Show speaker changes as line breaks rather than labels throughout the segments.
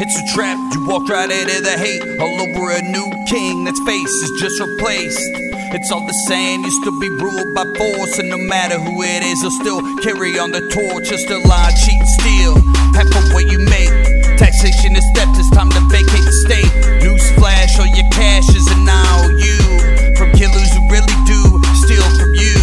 It's a trap, you walk right into the hate. All over a new king, that's face is just replaced. It's all the same, you still be ruled by force. And no matter who it is, you'll still carry on the torch. Just a lie, cheat, steal. Half of what you make. Taxation is stepped, it's time to vacate the state. Newsflash, all your cash is an IOU. From killers who really do steal from you.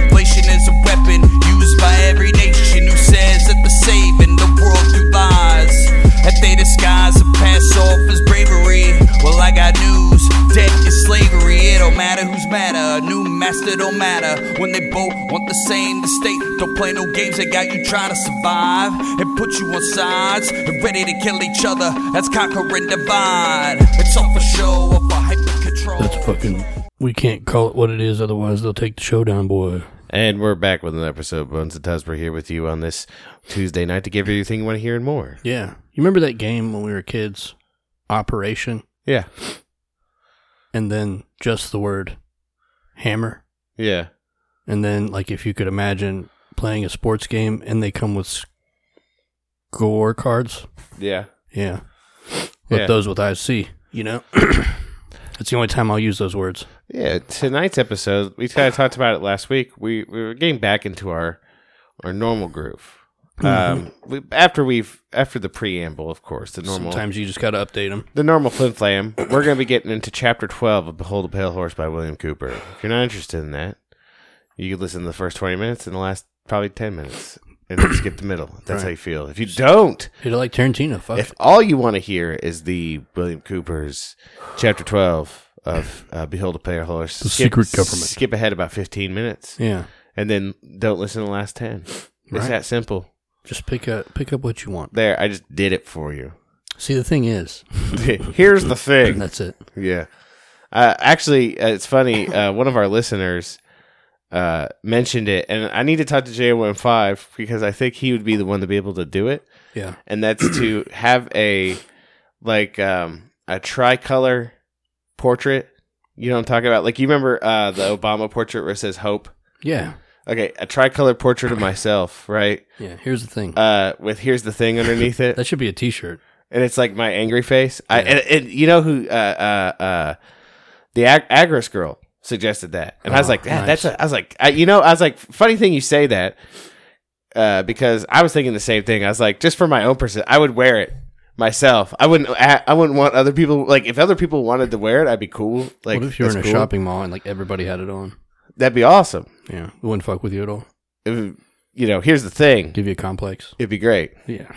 Inflation is a weapon used by every nation who says that they're saving the world through lies. That they disguise and pass off as bravery. Well, I got news debt is slavery. It don't matter who's matter. A new master don't matter. When they both want the same, the state don't play no games. They got you trying to survive and put you on sides and ready to kill each other. That's conquer and divide. It's all for show, all for hyper control.
That's fucking. We can't call it what it is, otherwise they'll take the show down, boy.
And we're back with another episode. Bones and Tubbs, we're here with you on this Tuesday night to give you everything you want to hear and more.
Yeah, you remember that game when we were kids, Operation,
Yeah.
and then just the word hammer,
Yeah.
and then like if you could imagine playing a sports game and they come with score cards.
Yeah.
Yeah, with
Yeah.
those with IC, you know. It's the only time I'll use those words.
Yeah. Tonight's episode, we kind of talked about it last week. We, we were getting back into our our normal groove. Um, we, after we've after the preamble, of course, the normal
Sometimes you just got to update them.
the normal flim flam. We're going to be getting into chapter twelve of "Behold a Pale Horse" by William Cooper. If you're not interested in that, you could listen to the first twenty minutes and the last probably ten minutes, and then skip the middle. That's how you feel. If you don't,
You're like Tarantino. Fuck.
if all you want to hear is the William Cooper's chapter 12 of uh, Behold a Player Horse, the
Secret Government.
skip ahead about 15 minutes
yeah.
and then don't listen to the last 10. It's
Right.
that simple.
Just pick up pick up what you want.
There, I just did it for you.
See, the thing is,
Here's the thing.
that's it.
Yeah. Uh, actually, uh, it's funny. Uh, one of our listeners uh, mentioned it, and I need to talk to J15 because I think he would be the one to be able to do it.
Yeah.
and that's to have a like um a tricolor portrait. You know what I'm talking about? Like you remember uh the Obama portrait where it says hope?
Yeah.
Okay, a tricolor portrait of myself, right?
Yeah. Here's the thing.
Uh with here's the thing underneath it.
that should be a T-shirt.
and it's like my angry face. I and, and you know who uh uh uh the Ag- Agris girl suggested that, and I was
Oh,
like, "Yeah,
nice.
that's a, I was like, I, you know, I was like, funny thing you say that, uh, because I was thinking the same thing. I was like, just for my own person, I would wear it myself. I wouldn't, I, I wouldn't want other people like if other people wanted to wear it, I'd be cool. Like,
what if you were in
that's
a
cool.
shopping mall and like everybody had it on?
That'd be awesome.
Yeah. It wouldn't fuck with you at all.
It would- you know, here's the thing,
Give you a complex.
it'd be great.
Yeah.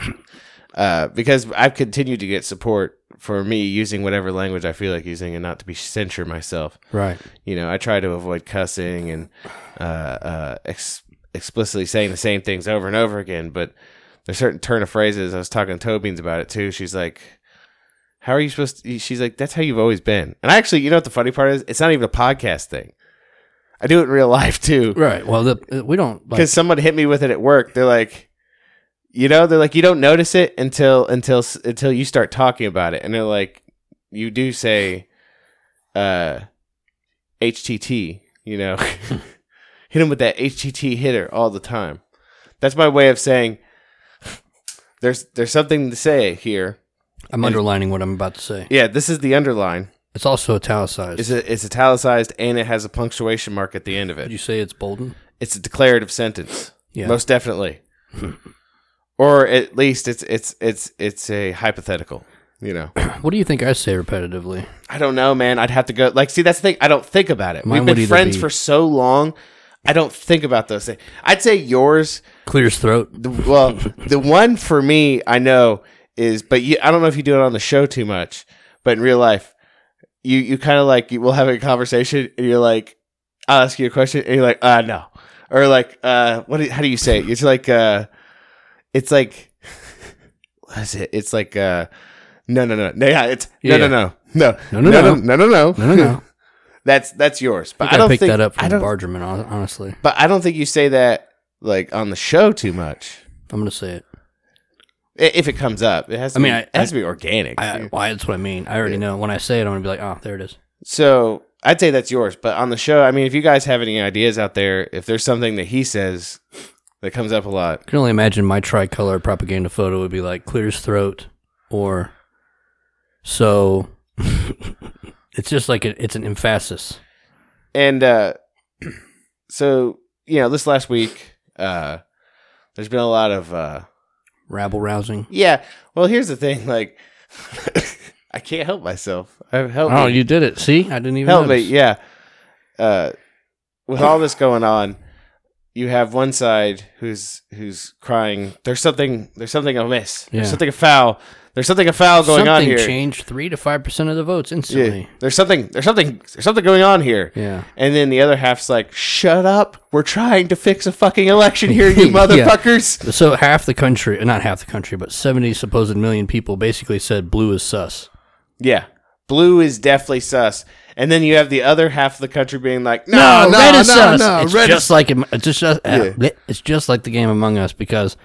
uh, because I've continued to get support for me using whatever language I feel like using and not to be censure myself.
Right.
You know, I try to avoid cussing and uh, uh, ex- explicitly saying the same things over and over again. But there's certain turn of phrases. I was talking to Tobin's about it too. She's like, "How are you supposed?" to She's like, "That's how you've always been." And actually, you know what the funny part is? It's not even a podcast thing. I do it in real life too
Right. Well, the, uh, we don't like.
because someone hit me with it at work. They're like, you know, they're like, you don't notice it until until until you start talking about it, and they're like, you do say, uh, HTT, you know, hit him with that HTT hitter all the time. That's my way of saying there's there's something to say here.
I'm underlining what I'm about to say.
Yeah, this is the underline.
It's also italicized.
It's a, it's italicized and it has a punctuation mark at the end of it.
Would you say it's Bolden?
it's a declarative sentence.
Yeah.
Most definitely. or at least it's it's it's it's a hypothetical. You know.
What do you think I say repetitively?
I don't know, man. I'd have to go like see that's the thing, I don't think about it.
Mine
We've
would
been
either
friends
be-
for so long. I don't think about those things. I'd say yours
Clears throat.
the, well, the one for me I know is but you, I don't know if you do it on the show too much, but in real life you you kind of like you, we'll have a conversation and you're like I'll ask you a question and you're like uh no. Or like uh what do, how do you say it? It's like uh it's like what is it? It's like uh no no no. No yeah, it's no
Yeah.
no no. No.
No, no, no.
No no no.
No, no, no.
That's that's yours. But I,
I,
don't
picked
think
that up
I
from
don't,
Bargerman. hon- Honestly,
but I don't think you say that like on the show too much.
I'm gonna say it.
I- If it comes up, it has. To
I mean,
be,
I-
it has to be organic.
I, why? That's what I mean. I already know. When I say it, I'm gonna be like, oh, there it is.
so I'd say that's yours. But on the show, I mean, if you guys have any ideas out there, if there's something that he says that comes up a lot,
I can only imagine my tricolor propaganda photo would be like clears throat, or so. it's just like a, it's an emphasis.
And uh, so, you know, this last week, uh, there's been a lot of, uh,
Rabble rousing.
yeah. Well, here's the thing. Like, I can't help myself. I've helped.
Oh,
me.
you did it. See, I didn't even.
help me.
notice.
Yeah. Uh, with all this going on, you have one side who's who's crying. There's something. There's something amiss.
Yeah.
There's something foul. There's something foul going
Something
on here.
changed three to five percent of the votes
Yeah.
instantly.
There's something. There's something. There's something going on here.
Yeah.
And then the other half's like, "Shut up! We're trying to fix a fucking election here, you motherfuckers."
So half the country, not half the country, but seventy supposed million people basically said blue is sus.
Yeah. Blue is definitely sus. And then you have the other half of the country being like, "No,
No,
no,
Oh, red is
no,
sus.
no,
it's
red
just
is
like Am- it's just uh,
Yeah.
bleh. it's just like the game Among Us because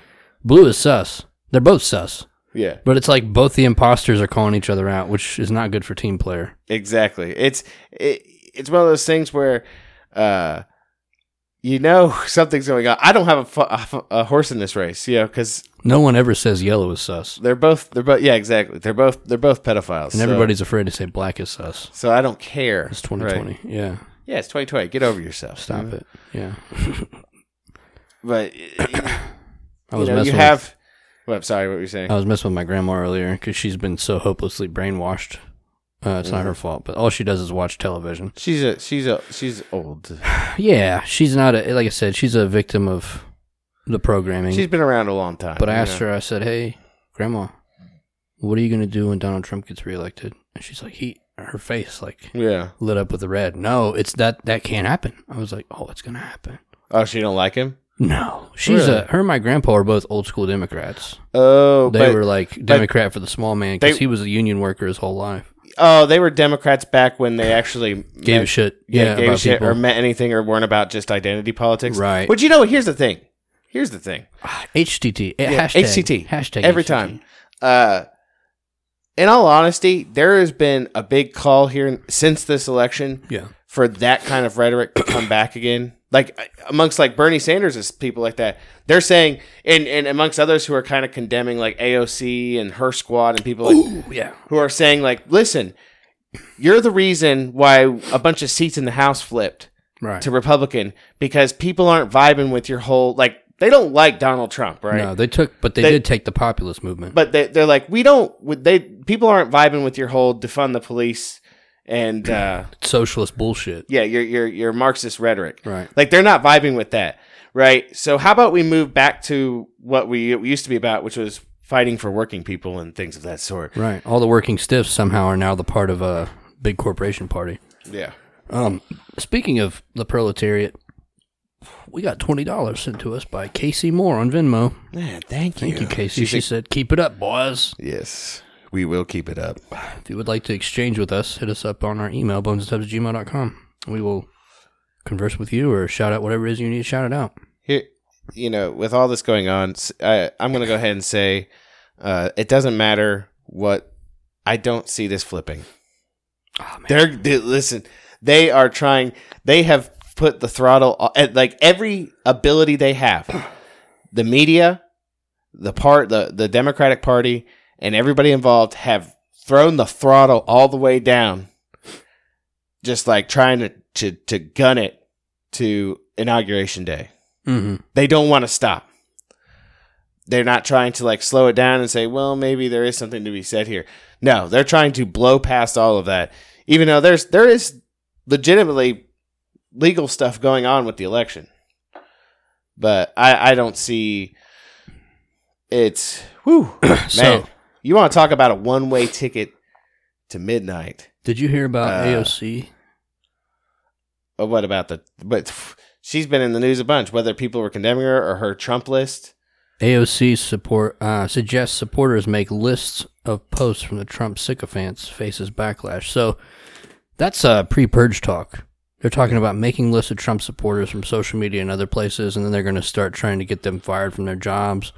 blue is sus. They're both sus,
yeah."
but it's like both the imposters are calling each other out, which is not good for team player.
Exactly. It's it, it's one of those things where, uh, you know something's going on. I don't have a, fu- a fu- a horse in this race, you know, because
No one ever says yellow is sus,
they're both they're both yeah exactly they're both they're both pedophiles
and
so-
everybody's afraid to say black is sus.
So I don't care.
It's 2020.
Right.
Yeah,
Yeah, it's 2020. Get over yourself.
stop it. Yeah,
But
I
you,
was
know,
messing.
you
with- Uh,
have. Well, I'm sorry. What were you saying?
I was messing with my grandma earlier because she's been so hopelessly brainwashed. Uh,
Mm-hmm.
it's not her fault, but all she does is watch television.
She's a she's a she's old.
Yeah, she's not a like I said. She's a victim of the programming.
She's been around a long time.
But I asked her, I said, hey, Grandma, what are you going to do when Donald Trump gets reelected? And she's like, he, her face, like,
Yeah.
lit up with the red. No, it's that, that can't happen. I was like, oh, it's going to happen.
Oh, she don't like him.
No. She's a,
Really?
her and my grandpa are both old school Democrats.
Oh,
They
but
were like Democrat for the small man because
they-
he was a union worker his whole life.
oh, they were Democrats back when they actually
Gave
met-
a shit.
yeah,
Yeah,
gave a
about
shit
people.
or meant anything or weren't about just identity politics.
Right.
But you know, what? here's the thing. Here's the thing.
HTT. eh,
Yeah,
hashtag,
HTT.
Hashtag.
Every
HTT.
time. Uh, in all honesty, there has been a big call here since this election
Yeah.
for that kind of rhetoric to come back again. Like uh, amongst like Bernie Sanders is people like that. They're saying and, and amongst others who are kind of condemning like AOC and her squad and people like
Ooh, yeah.
who are saying like, listen, you're the reason why a bunch of seats in the House flipped
Right.
to Republican because people aren't vibing with your whole like they don't like Donald Trump, right?
No, they took, but they,
They-
did take the populist movement.
But they they're like we don't would they people aren't vibing with your whole defund the police and uh,
Socialist bullshit.
yeah your your your Marxist rhetoric,
Right.
Like they're not vibing with that, right? So how about we move back to what we used to be about, which was fighting for working people and things of that sort.
Right. All the working stiffs somehow are now the part of a big corporation party.
Yeah.
Um, speaking of the proletariat, we got twenty dollars sent to us by Casey Moore on Venmo.
Man, thank you.
Thank you, Casey. She said, "Keep it up, boys."
Yes, we will keep it up.
If you would like to exchange with us, hit us up on our email bonesandtubs@gmail.com. We will converse with you or shout out whatever it is you need to shout it out.
Here, you know, with all this going on, s- I, am going to go ahead and say uh, it doesn't matter what. I don't see this flipping.
Oh, man.
They're dude, listen. They are trying. They have put the throttle at like every ability they have. The media, the part, the the Democratic Party, and everybody involved have thrown the throttle all the way down. Just like trying to to to gun it to inauguration day.
hmm
They don't want to stop. They're not trying to like slow it down and say, well, maybe there is something to be said here. No, they're trying to blow past all of that. Even though there's there is legitimately legal stuff going on with the election. But I, I don't see it's whew man.
So-
you want to talk about a one way ticket to midnight.
Did you hear about
Uh,
AOC?
Oh, what about the but she's been in the news a bunch, whether people were condemning her or her Trump list.
AOC support uh, suggests supporters make lists of posts from the Trump sycophants faces backlash. So that's uh, pre-purge talk. They're talking about making lists of Trump supporters from social media and other places, and then they're going to start trying to get them fired from their jobs.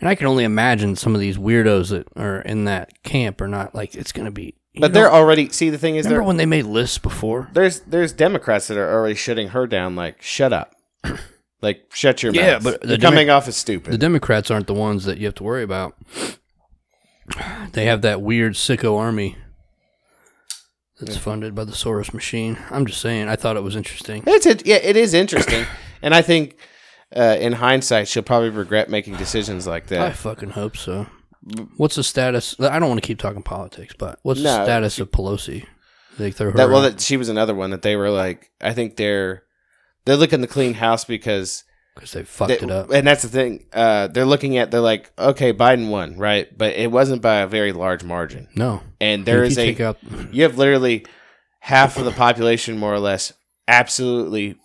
And I can only imagine some of these weirdos that are in that camp are not like it's going to be. you
But
know,
they're already see the thing is
remember
there
when they made lists before?
there's there's Democrats that are already shutting her down like shut up. like shut your
Yeah,
mouth.
but the
You're
Demo-
coming off as
The
stupid.
Democrats aren't the ones that you have to worry about. They have that weird sicko army that's funded by the Soros machine. I'm just saying, I thought it was interesting.
It's a, yeah, it is interesting, and I think uh, in hindsight, she'll probably regret making decisions like
I
that.
fucking hope so. What's the status? I don't want to keep talking politics, but what's the
No.
status of Pelosi? They throw her.
That well,
out.
that she was another one that they were like, I think they're they're looking to clean house because
because they fucked
They-
it up.
And that's the thing. Uh, they're looking at. They're like, okay, Biden won, right? But it wasn't by a very large margin.
No,
And there
If
is
you
a.
take out
you have literally half of the population, more or less, absolutely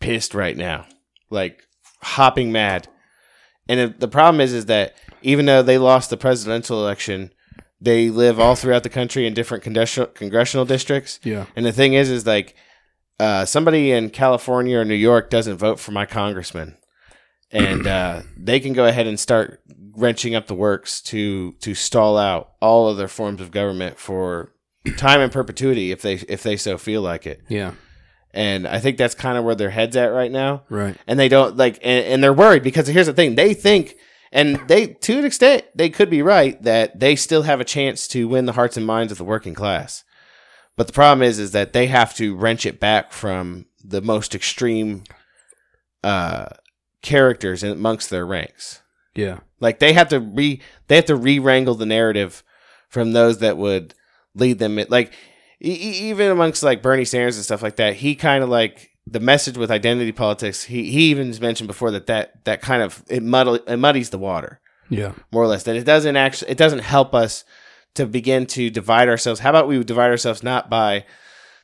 pissed right now, like hopping mad. And if, the problem is, is that even though they lost the presidential election, they live all throughout the country in different congressional congressional districts.
yeah,
And the thing is, is like uh, somebody in California or New York doesn't vote for my congressman, and uh, they can go ahead and start wrenching up the works to to stall out all other forms of government for time and perpetuity if they if they so feel like it.
yeah,
And I think that's kind of where their heads at right now
right.
and they don't like and, and they're worried because here's the thing they think and they to an extent they could be right that they still have a chance to win the hearts and minds of the working class but the problem is is that they have to wrench it back from the most extreme uh characters in- amongst their ranks
Yeah,
like they have to re they have to re wrangle the narrative from those that would lead them. Like e- e- even amongst like Bernie Sanders and stuff like that, he kind of like the message with identity politics. He he even mentioned before that that that kind of it muddle it muddies the water
yeah,
more or less. That it doesn't actually it doesn't help us to begin to divide ourselves. How about we divide ourselves not by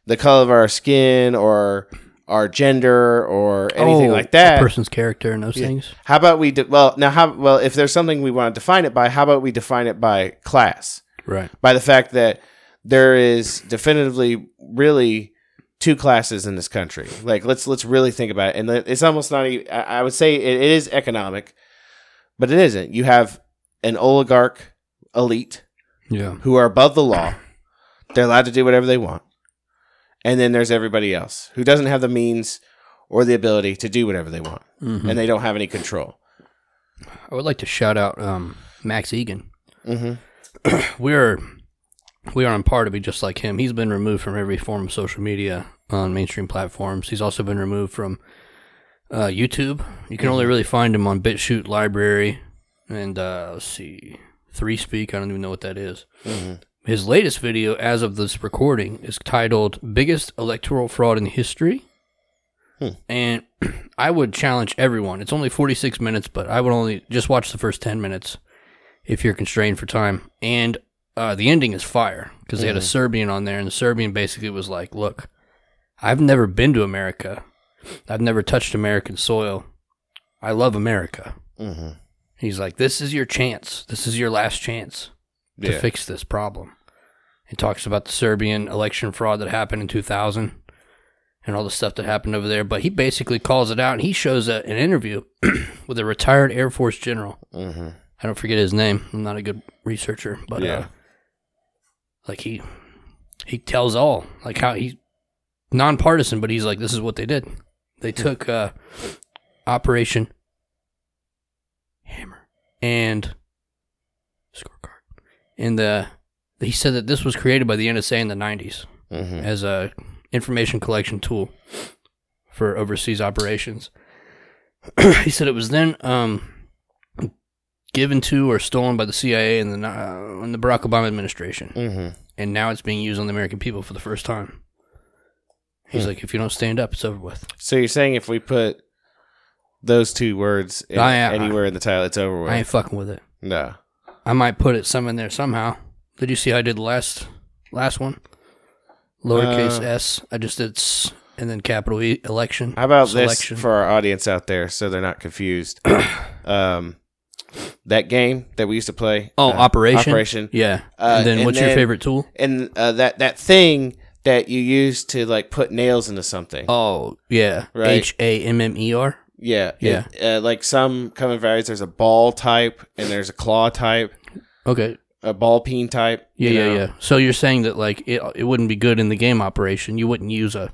the color of our skin or our gender or anything
Oh,
like that
A person's character and those things.
how about we de- well now how well if there's something we want to define it by how about we define it by class
Right.
by the fact that there is definitively really two classes in this country like let's let's really think about it and it- it's almost not even i I would say it is economic but it isn't you have an oligarch elite
Yeah.
who are above the law they're allowed to do whatever they want and then there's everybody else who doesn't have the means or the ability to do whatever they want
Mhm.
and they don't have any control
I would like to shout out um, Max Egan.
hmm
We're we are on par to be just like him. He's been removed from every form of social media on mainstream platforms. He's also been removed from uh, YouTube. You can only really find him on BitChute Library and uh, let's see, Three Speak. I don't even know what that is. His latest video, as of this recording, is titled "Biggest Electoral Fraud in History."
Hmm.
And I would challenge everyone. It's only 46 minutes, but I would only just watch the first 10 minutes if you're constrained for time. And uh, the ending is fire because they had a Serbian on there, and the Serbian basically was like, "Look, I've never been to America. I've never touched American soil. I love America."
Mhm.
He's like, "This is your chance. This is your last chance to
Yeah.
fix this problem." He talks about the Serbian election fraud that happened in 2000 and all the stuff that happened over there, but he basically calls it out and he shows a, an interview with a retired Air Force general
Mhm.
I don't forget his name. I'm not a good researcher, but uh,
Yeah.
like he he tells all like how he nonpartisan, but he's like this is what they did. They took uh, Operation Hammer and scorecard, and the he said that this was created by the NSA in the '90s
Mhm.
as a information collection tool for overseas operations. he said it was then um, given to or stolen by the CIA in the uh, in the Barack Obama administration,
Mhm.
and now it's being used on the American people for the first time. He's
Hmm.
like, if you don't stand up, it's over with.
So you're saying if we put those two words in,
I- I-
anywhere in the title, it's over with?
I ain't fucking with it.
no.
I might put it some in there somehow. Did you see how I did the last last one? Lowercase
Uh,
s. I just did s and then capital E election.
How about
Selection.
this for our audience out there, so they're not confused? um, that game that we used to play.
Oh,
uh,
operation.
Operation.
Yeah.
Uh,
and then
and
what's your
then-
favorite tool?
And uh, that that thing that you use to like put nails into something.
Oh, yeah.
Right.
H A M M E R.
Yeah.
Yeah.
It- uh, like some common varieties. There's a ball type, and there's a claw type,
Okay.
a ball peen type.
Yeah,
you
yeah,
know?
yeah. So you're saying that like it it wouldn't be good in the game operation. You wouldn't use a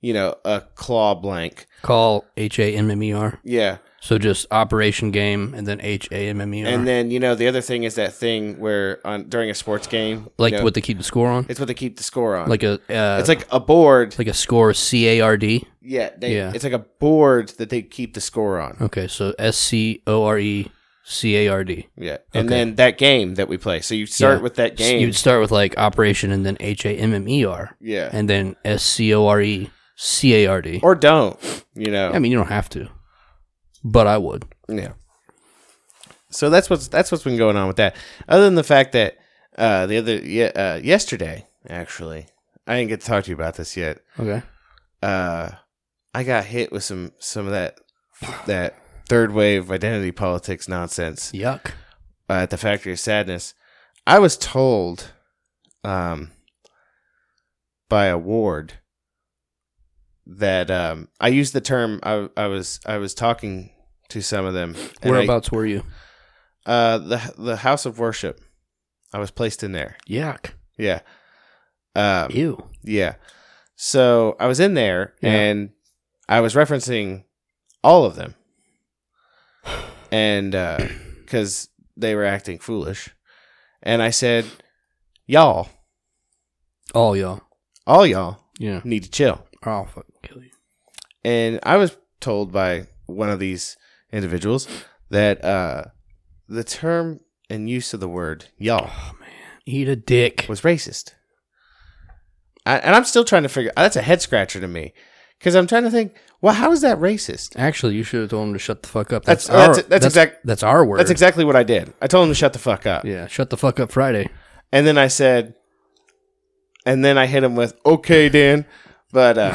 you know, a claw blank.
Call H A M M E R.
Yeah.
So just Operation Game and then H A M M E R.
And then, you know, the other thing is that thing where on during a sports game, you
like
know,
what they keep the score on.
it's what they keep the score on.
Like a uh,
it's like a board.
like a score C A R D.
yeah, they,
yeah.
It's like a board that they keep the score on.
Okay, so S C O R E C A R D.
Yeah. And
Okay.
then that game that we play. So you start
Yeah.
with that game.
You'd start with like Operation and then H A M M E R
yeah.
and then S C O R E C A R D.
or don't, you know.
I mean, you don't have to, but I would.
Yeah. So that's what's that's what's been going on with that. Other than the fact that uh, the other ye- uh, yesterday, actually, I didn't get to talk to you about this yet.
Okay.
Uh, I got hit with some some of that that third wave identity politics nonsense
Yuck.
uh, at the Factory of Sadness. I was told, um, by a ward that um, I used the term. I, I was I was talking to some of them. and I-
Whereabouts were you?
Uh, the the house of worship. I was placed in there.
Yuck.
Yeah. Um,
Ew.
yeah. So I was in there
Yeah.
and I was referencing all of them. And because they were acting foolish. And I said, y'all,
All y'all.
all y'all
Yeah.
need to chill.
Or I'll fucking kill you.
And I was told by one of these individuals that uh, the term and use of the word y'all
Eat a dick.
was racist. I, and I'm still trying to figure. That's a head scratcher to me, because I'm trying to think. Well, how is that racist?
Actually, you should have told him to shut the fuck up.
That's-
That's
that's-
our,
that's exact-
That's our word.
That's exactly what I did. I told him to shut the fuck up,
Yeah. Shut the fuck up Friday.
and then I said, and then I hit him with, "Okay, Dan," but uh,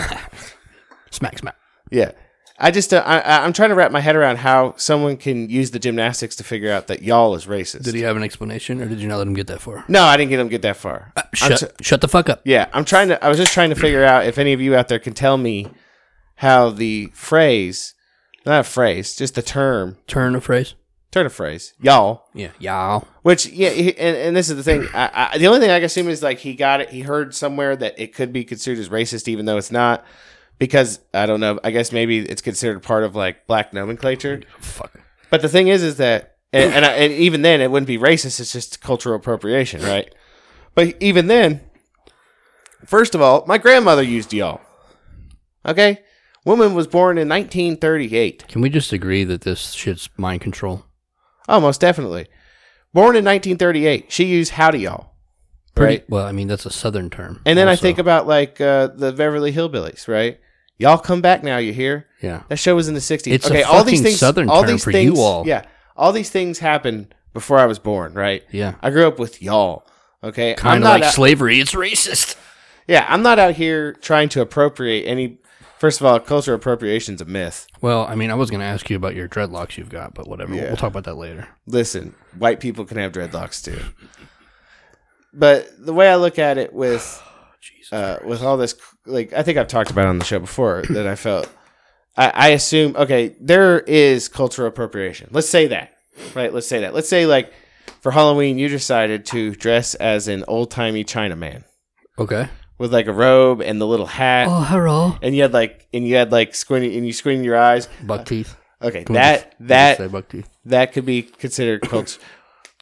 Smack smack.
yeah, I just uh, I, I- I'm trying to wrap my head around how someone can use the gymnastics to figure out that y'all is racist.
Did he have an explanation, or did you not let him get that far? Uh,
No, I didn't get him get that far. I'm
Shut,
so-
shut the fuck up.
Yeah, I'm trying to. I was just trying to figure out if any of you out there can tell me how the phrase, not a phrase, just the term,
Turn a phrase.
turn a phrase, y'all.
Yeah, y'all.
Which yeah, he- and, and this is the thing. I, I, the only thing I can assume is like he got it. He heard somewhere that it could be considered as racist, even though it's not, because I don't know. I guess maybe it's considered part of like black nomenclature.
Fuck.
But the thing is, is that, and and, I, and even then, it wouldn't be racist. It's just cultural appropriation, right? But even then, first of all, my grandmother used y'all. Okay, woman was born in 1938.
Can we just agree that this shit's mind control?
Almost definitely, born in 1938. She used howdy y'all,
Pretty,
right?
Well, I mean that's a southern term.
And then I
also.
think about like uh, the Beverly Hillbillies, right? Y'all come back now. You hear?
yeah,
That show was in the '60s.
It's a
okay, all these
fucking
things,
Southern
all
term
these
for you
things,
all.
yeah, all these things happened before I was born, right?
yeah,
I grew up with y'all. Okay, I'm
kind of
not
like
out-
slavery. It's racist.
yeah, I'm not out here trying to appropriate any. First of all, cultural appropriation's a myth.
Well, I mean, I was going to ask you about your dreadlocks you've got, but whatever.
Yeah.
We'll talk about that later.
Listen, white people can have dreadlocks too. But the way I look at it with uh, with all this, like I think I've talked about on the show before, that I felt I, I assume okay, there is cultural appropriation. Let's say that, right? Let's say that. Let's say like for Halloween, you decided to dress as an old timey Chinaman
Okay.
with like a robe and the little hat.
hello.
and you had like and you had like squinting and you squinting your eyes.
Buck teeth.
Okay,
Can we just-
that
can we just say
that
buck teeth.
that could be considered cult,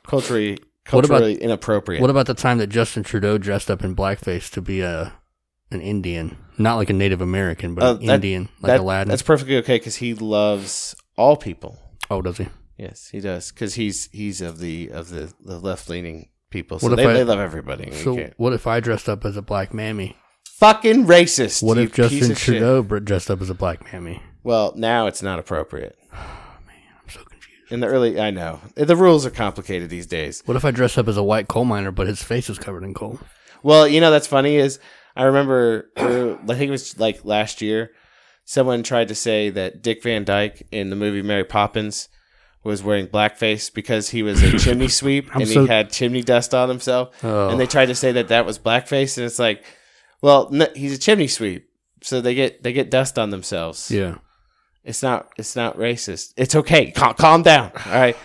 culturally
What about-
culturally inappropriate.
What about the time that Justin Trudeau dressed up in blackface to be a an Indian, not like a Native American, but
Uh,
an
that-
Indian, like
that,
Aladdin?
That's perfectly okay because he loves all people.
oh, does he?
Yes, he does because he's he's of the of the, the left leaning people. So
What if
they,
I-
they love everybody. You
So,
can't-
what if I dressed up as a black mammy?
Fucking racist.
What
you
if
piece
Justin
of shit.
Trudeau br- dressed up as a black mammy?
Well, now it's not appropriate.
Oh, I'm so confused.
In the early, I know the rules are complicated these days.
What if I dress up as a white coal miner, but his face is covered in coal?
Well, you know that's funny is I remember uh, I think it was like last year someone tried to say that Dick Van Dyke in the movie Mary Poppins was wearing blackface because he was a chimney sweep and he
so-
had chimney dust on himself
Oh.
and they tried to say that that was blackface and it's like well no, he's a chimney sweep so they get they get dust on themselves.
Yeah.
It's not it's not racist. It's okay. Cal- calm down. All right.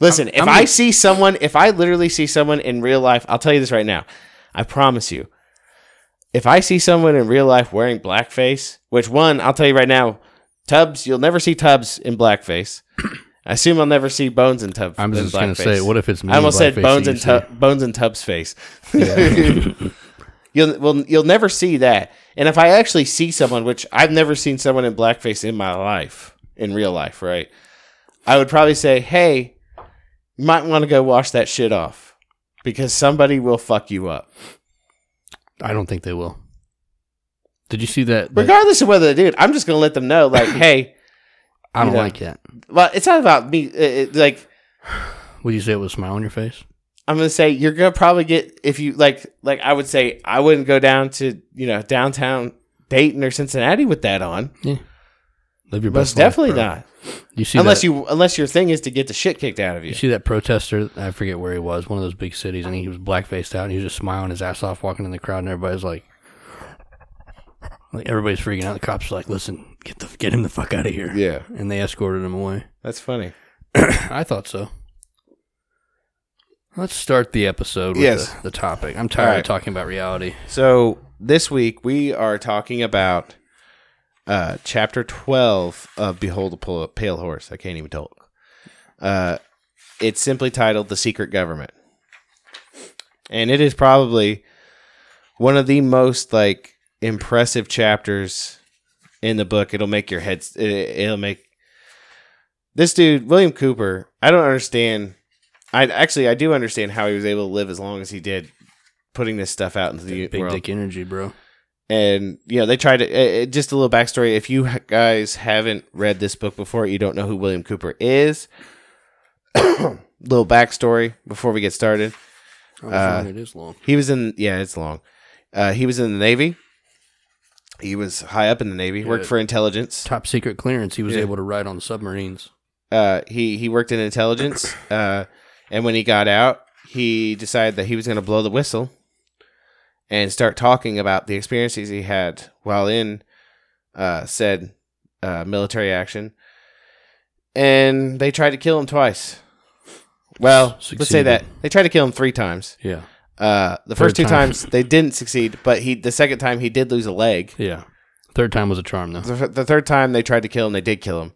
Listen, if
I'm
I
gonna-
see someone, if I literally see someone in real life, I'll tell you this right now. I promise you. if I see someone in real life wearing blackface, which one, I'll tell you right now, Tubbs, you'll never see Tubbs in blackface. I assume I'll never see Bones in Tubbs.
I'm
in
just gonna
blackface.
say, what if it's me
I almost
in
said
blackface
Bones
that
and
you see?
tu- Bones and Tubbs face. you'll well, you'll never see that. And if I actually see someone, which I've never seen someone in blackface in my life, in real life, right? I would probably say, hey, you might want to go wash that shit off because somebody will fuck you up.
I don't think they will. Did you see that? that-
regardless of whether they do it, I'm just gonna let them know, like, hey,
I don't
you know.
like that.
well, it's not about me. uh, It, like,
Would you say it was a smile on your face?
I'm gonna say you're gonna probably get if you like, like I would say I wouldn't go down to you know downtown Dayton or Cincinnati with that on.
Live your best.
Most definitely
life, bro.
not,
You see
unless
that, you,
you unless your thing is to get the shit kicked out of you.
see that protester. I forget where he was. One of those big cities, and he was blackfaced out, and he was just smiling his ass off, walking in the crowd, and everybody's like, like everybody's freaking out. The cops are like, "Listen, get the get him the fuck out of here."
Yeah,
and they escorted him away.
that's funny.
I thought so. Let's start the episode with
Yes.
the, the topic. I'm tired
All right.
of talking about reality.
So this week we are talking about uh, chapter twelve of Behold a Pale- Pale Horse. I can't even talk. Uh, it's simply titled "The Secret Government," and it is probably one of the most like impressive chapters in the book. It'll make your head. It, it'll make this dude William Cooper. I don't understand. I actually I do understand how he was able to live as long as he did, putting this stuff out into the
Big
world
dick energy, bro.
and you know they tried to uh, uh, just a little backstory if you ha- guys haven't read this book before you don't know who william cooper is little backstory before we get started
Oh,
Uh,
man, it is long.
he was in yeah it's long uh, he was in the navy he was high up in the navy worked
Yeah.
for intelligence
Top secret clearance. He was
Yeah.
able to ride on submarines.
uh, he he worked in intelligence, uh, and when he got out, he decided that he was going to blow the whistle and start talking about the experiences he had while in uh, said uh, military action. And they tried to kill him twice. Well, let's say
Succeeded.
that they tried to kill him three times.
Yeah,
Uh, the first
Third
two
time.
times they didn't succeed, but he the second time he did lose a leg
yeah. Third time was a charm, though.
the, the third time they tried to kill him, they did kill him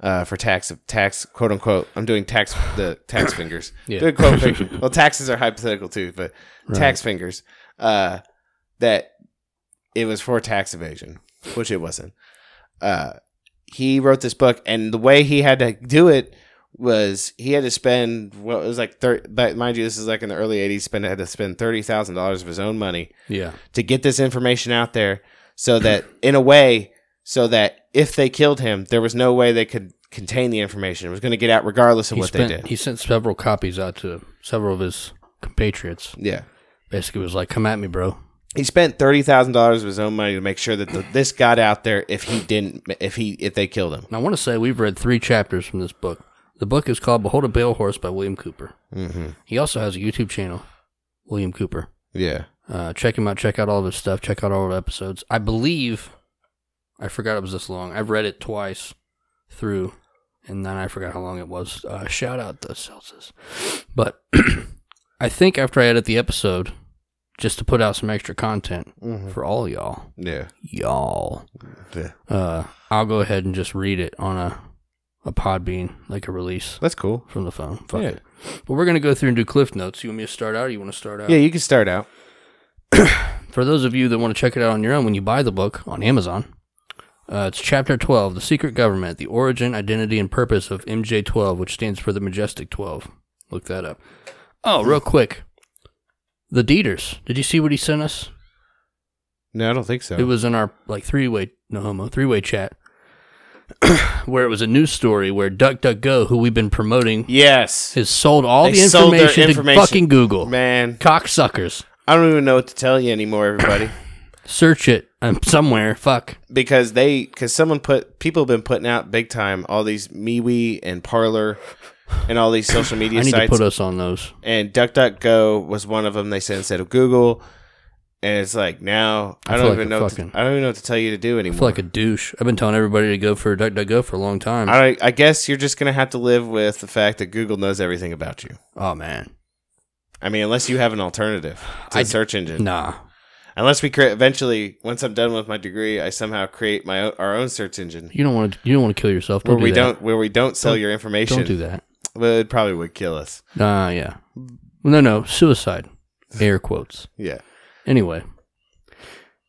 uh, for tax tax quote unquote. I'm doing tax the tax fingers.
Yeah.
Doing quote fing- well, taxes are hypothetical too, but tax fingers. Uh, that it was for tax evasion, which it wasn't. Uh, he wrote this book, and the way he had to do it was he had to spend what was like thirty. But mind you, this is like in the early '80s. Spend had to spend thirty thousand dollars of his own money
Yeah,
to get this information out there so that in a way so that if they killed him there was no way they could contain the information it was going to get out regardless of
he
what
spent,
they did
He sent several copies out to several of his compatriots.
yeah
Basically, was like, "Come at me, bro."
he spent $30,000 of his own money to make sure that the, this got out there if he didn't if he if they killed him
And I want to say we've read three chapters from this book. The book is called "Behold a Bale Horse" by William Cooper.
mm-hmm.
He also has a YouTube channel, William Cooper.
yeah
Uh, check him out. Check out all of his stuff. Check out all of the episodes. I believe I forgot it was this long. I've read it twice through, and then I forgot how long it was. Uh, shout out the Celsius. But I think after I edit the episode, just to put out some extra content
Mm.
for all y'all,
yeah
y'all,
Yeah.
uh, I'll go ahead and just read it on a a Podbean, like a release
that's cool
from the phone. Fuck
Yeah.
it. But we're gonna go through and do cliff notes. You want me to start out? Or you want to start out?
yeah you can start out
for those of you that want to check it out on your own when you buy the book on Amazon, uh, it's Chapter 12 The Secret Government, The Origin, Identity, and Purpose of MJ 12, which stands for the Majestic 12. Look that up. Oh, real quick. The Dieters. Did you see what he sent us?
no i don't think so
It was in our like three way no homo three way chat, where it was a news story where DuckDuckGo, who we've been promoting,
yes
has sold all
They
the
sold their
information,
information.
to fucking Google.
man
Cocksuckers,
i don't even know what to tell you anymore everybody
search it um, somewhere. Fuck.
because they because someone put people have been putting out big time all these MeWe and Parlor and all these social media
I need to
sites
put us on those.
and DuckDuckGo was one of them. They said instead of Google, and it's like now I,
I
don't
feel
even
like a
know what to,
fucking-
I don't even know what to tell you to do
I feel
anymore.
like a douche. I've been telling everybody to go for DuckDuckGo for a long time.
I, I guess you're just gonna have to live with the fact that Google knows everything about you.
oh man,
I mean, unless you have an alternative to
I-
the search engine.
nah.
Unless we create eventually, once I'm done with my degree, I somehow create my own, our own search engine
You don't want to. You don't want to kill yourself. Don't
where
do
we
that.
don't where we don't sell your information.
Don't do that.
Well, it probably would kill us.
Ah, yeah. No, no, suicide. Air quotes.
Yeah.
Anyway,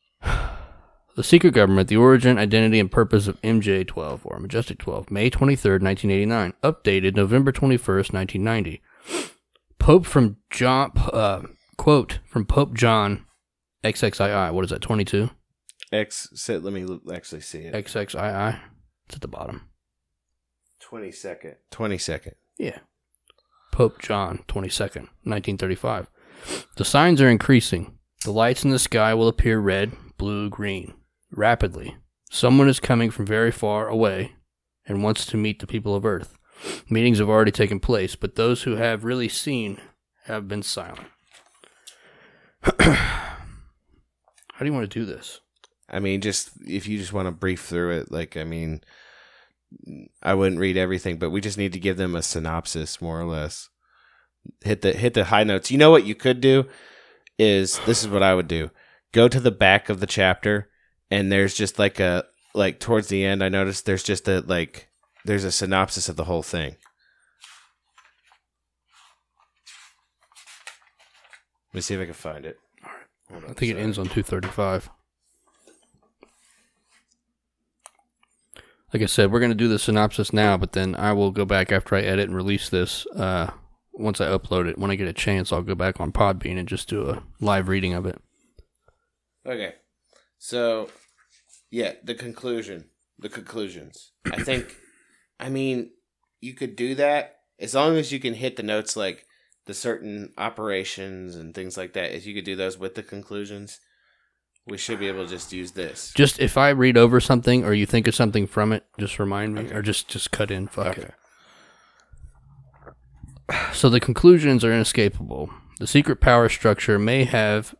the secret government: the origin, identity, and purpose of MJ12 or Majestic 12, May 23rd, 1989, updated November 21st, 1990. Pope from John. Uh, quote from Pope John. XXII. What is that? 22.
X. Sit. Let me l- actually see it.
XXII. It's at the bottom.
Twenty second. Twenty second.
Yeah. Pope John 22nd, 1935. The signs are increasing. The lights in the sky will appear red, blue, green. Rapidly. Someone is coming from very far away and wants to meet the people of Earth. Meetings have already taken place, but those who have really seen have been silent. How do you want to do this?
I mean, just if you just want to brief through it, like I mean, I wouldn't read everything, but we just need to give them a synopsis, more or less. Hit the hit the high notes. You know what you could do is this is what I would do: go to the back of the chapter, and there's just like a like towards the end. I noticed there's just a like there's a synopsis of the whole thing. Let me see if I can find it. Hold on
I
a
think it
sec.
ends on 235. Like I said, we're going to do the synopsis now, but then I will go back after I edit and release this. Uh, once I upload it, when I get a chance, I'll go back on Podbean and just do a live reading of it.
Okay. So, yeah, the conclusion, the conclusions. I think, I mean, you could do that as long as you can hit the notes like the certain operations and things like that. If you could do those with the conclusions, we should be able to just use this.
Just if I read over something or you think of something from it, just remind me or just just cut in. Fuck.
Okay.
So the conclusions are inescapable. The secret power structure may have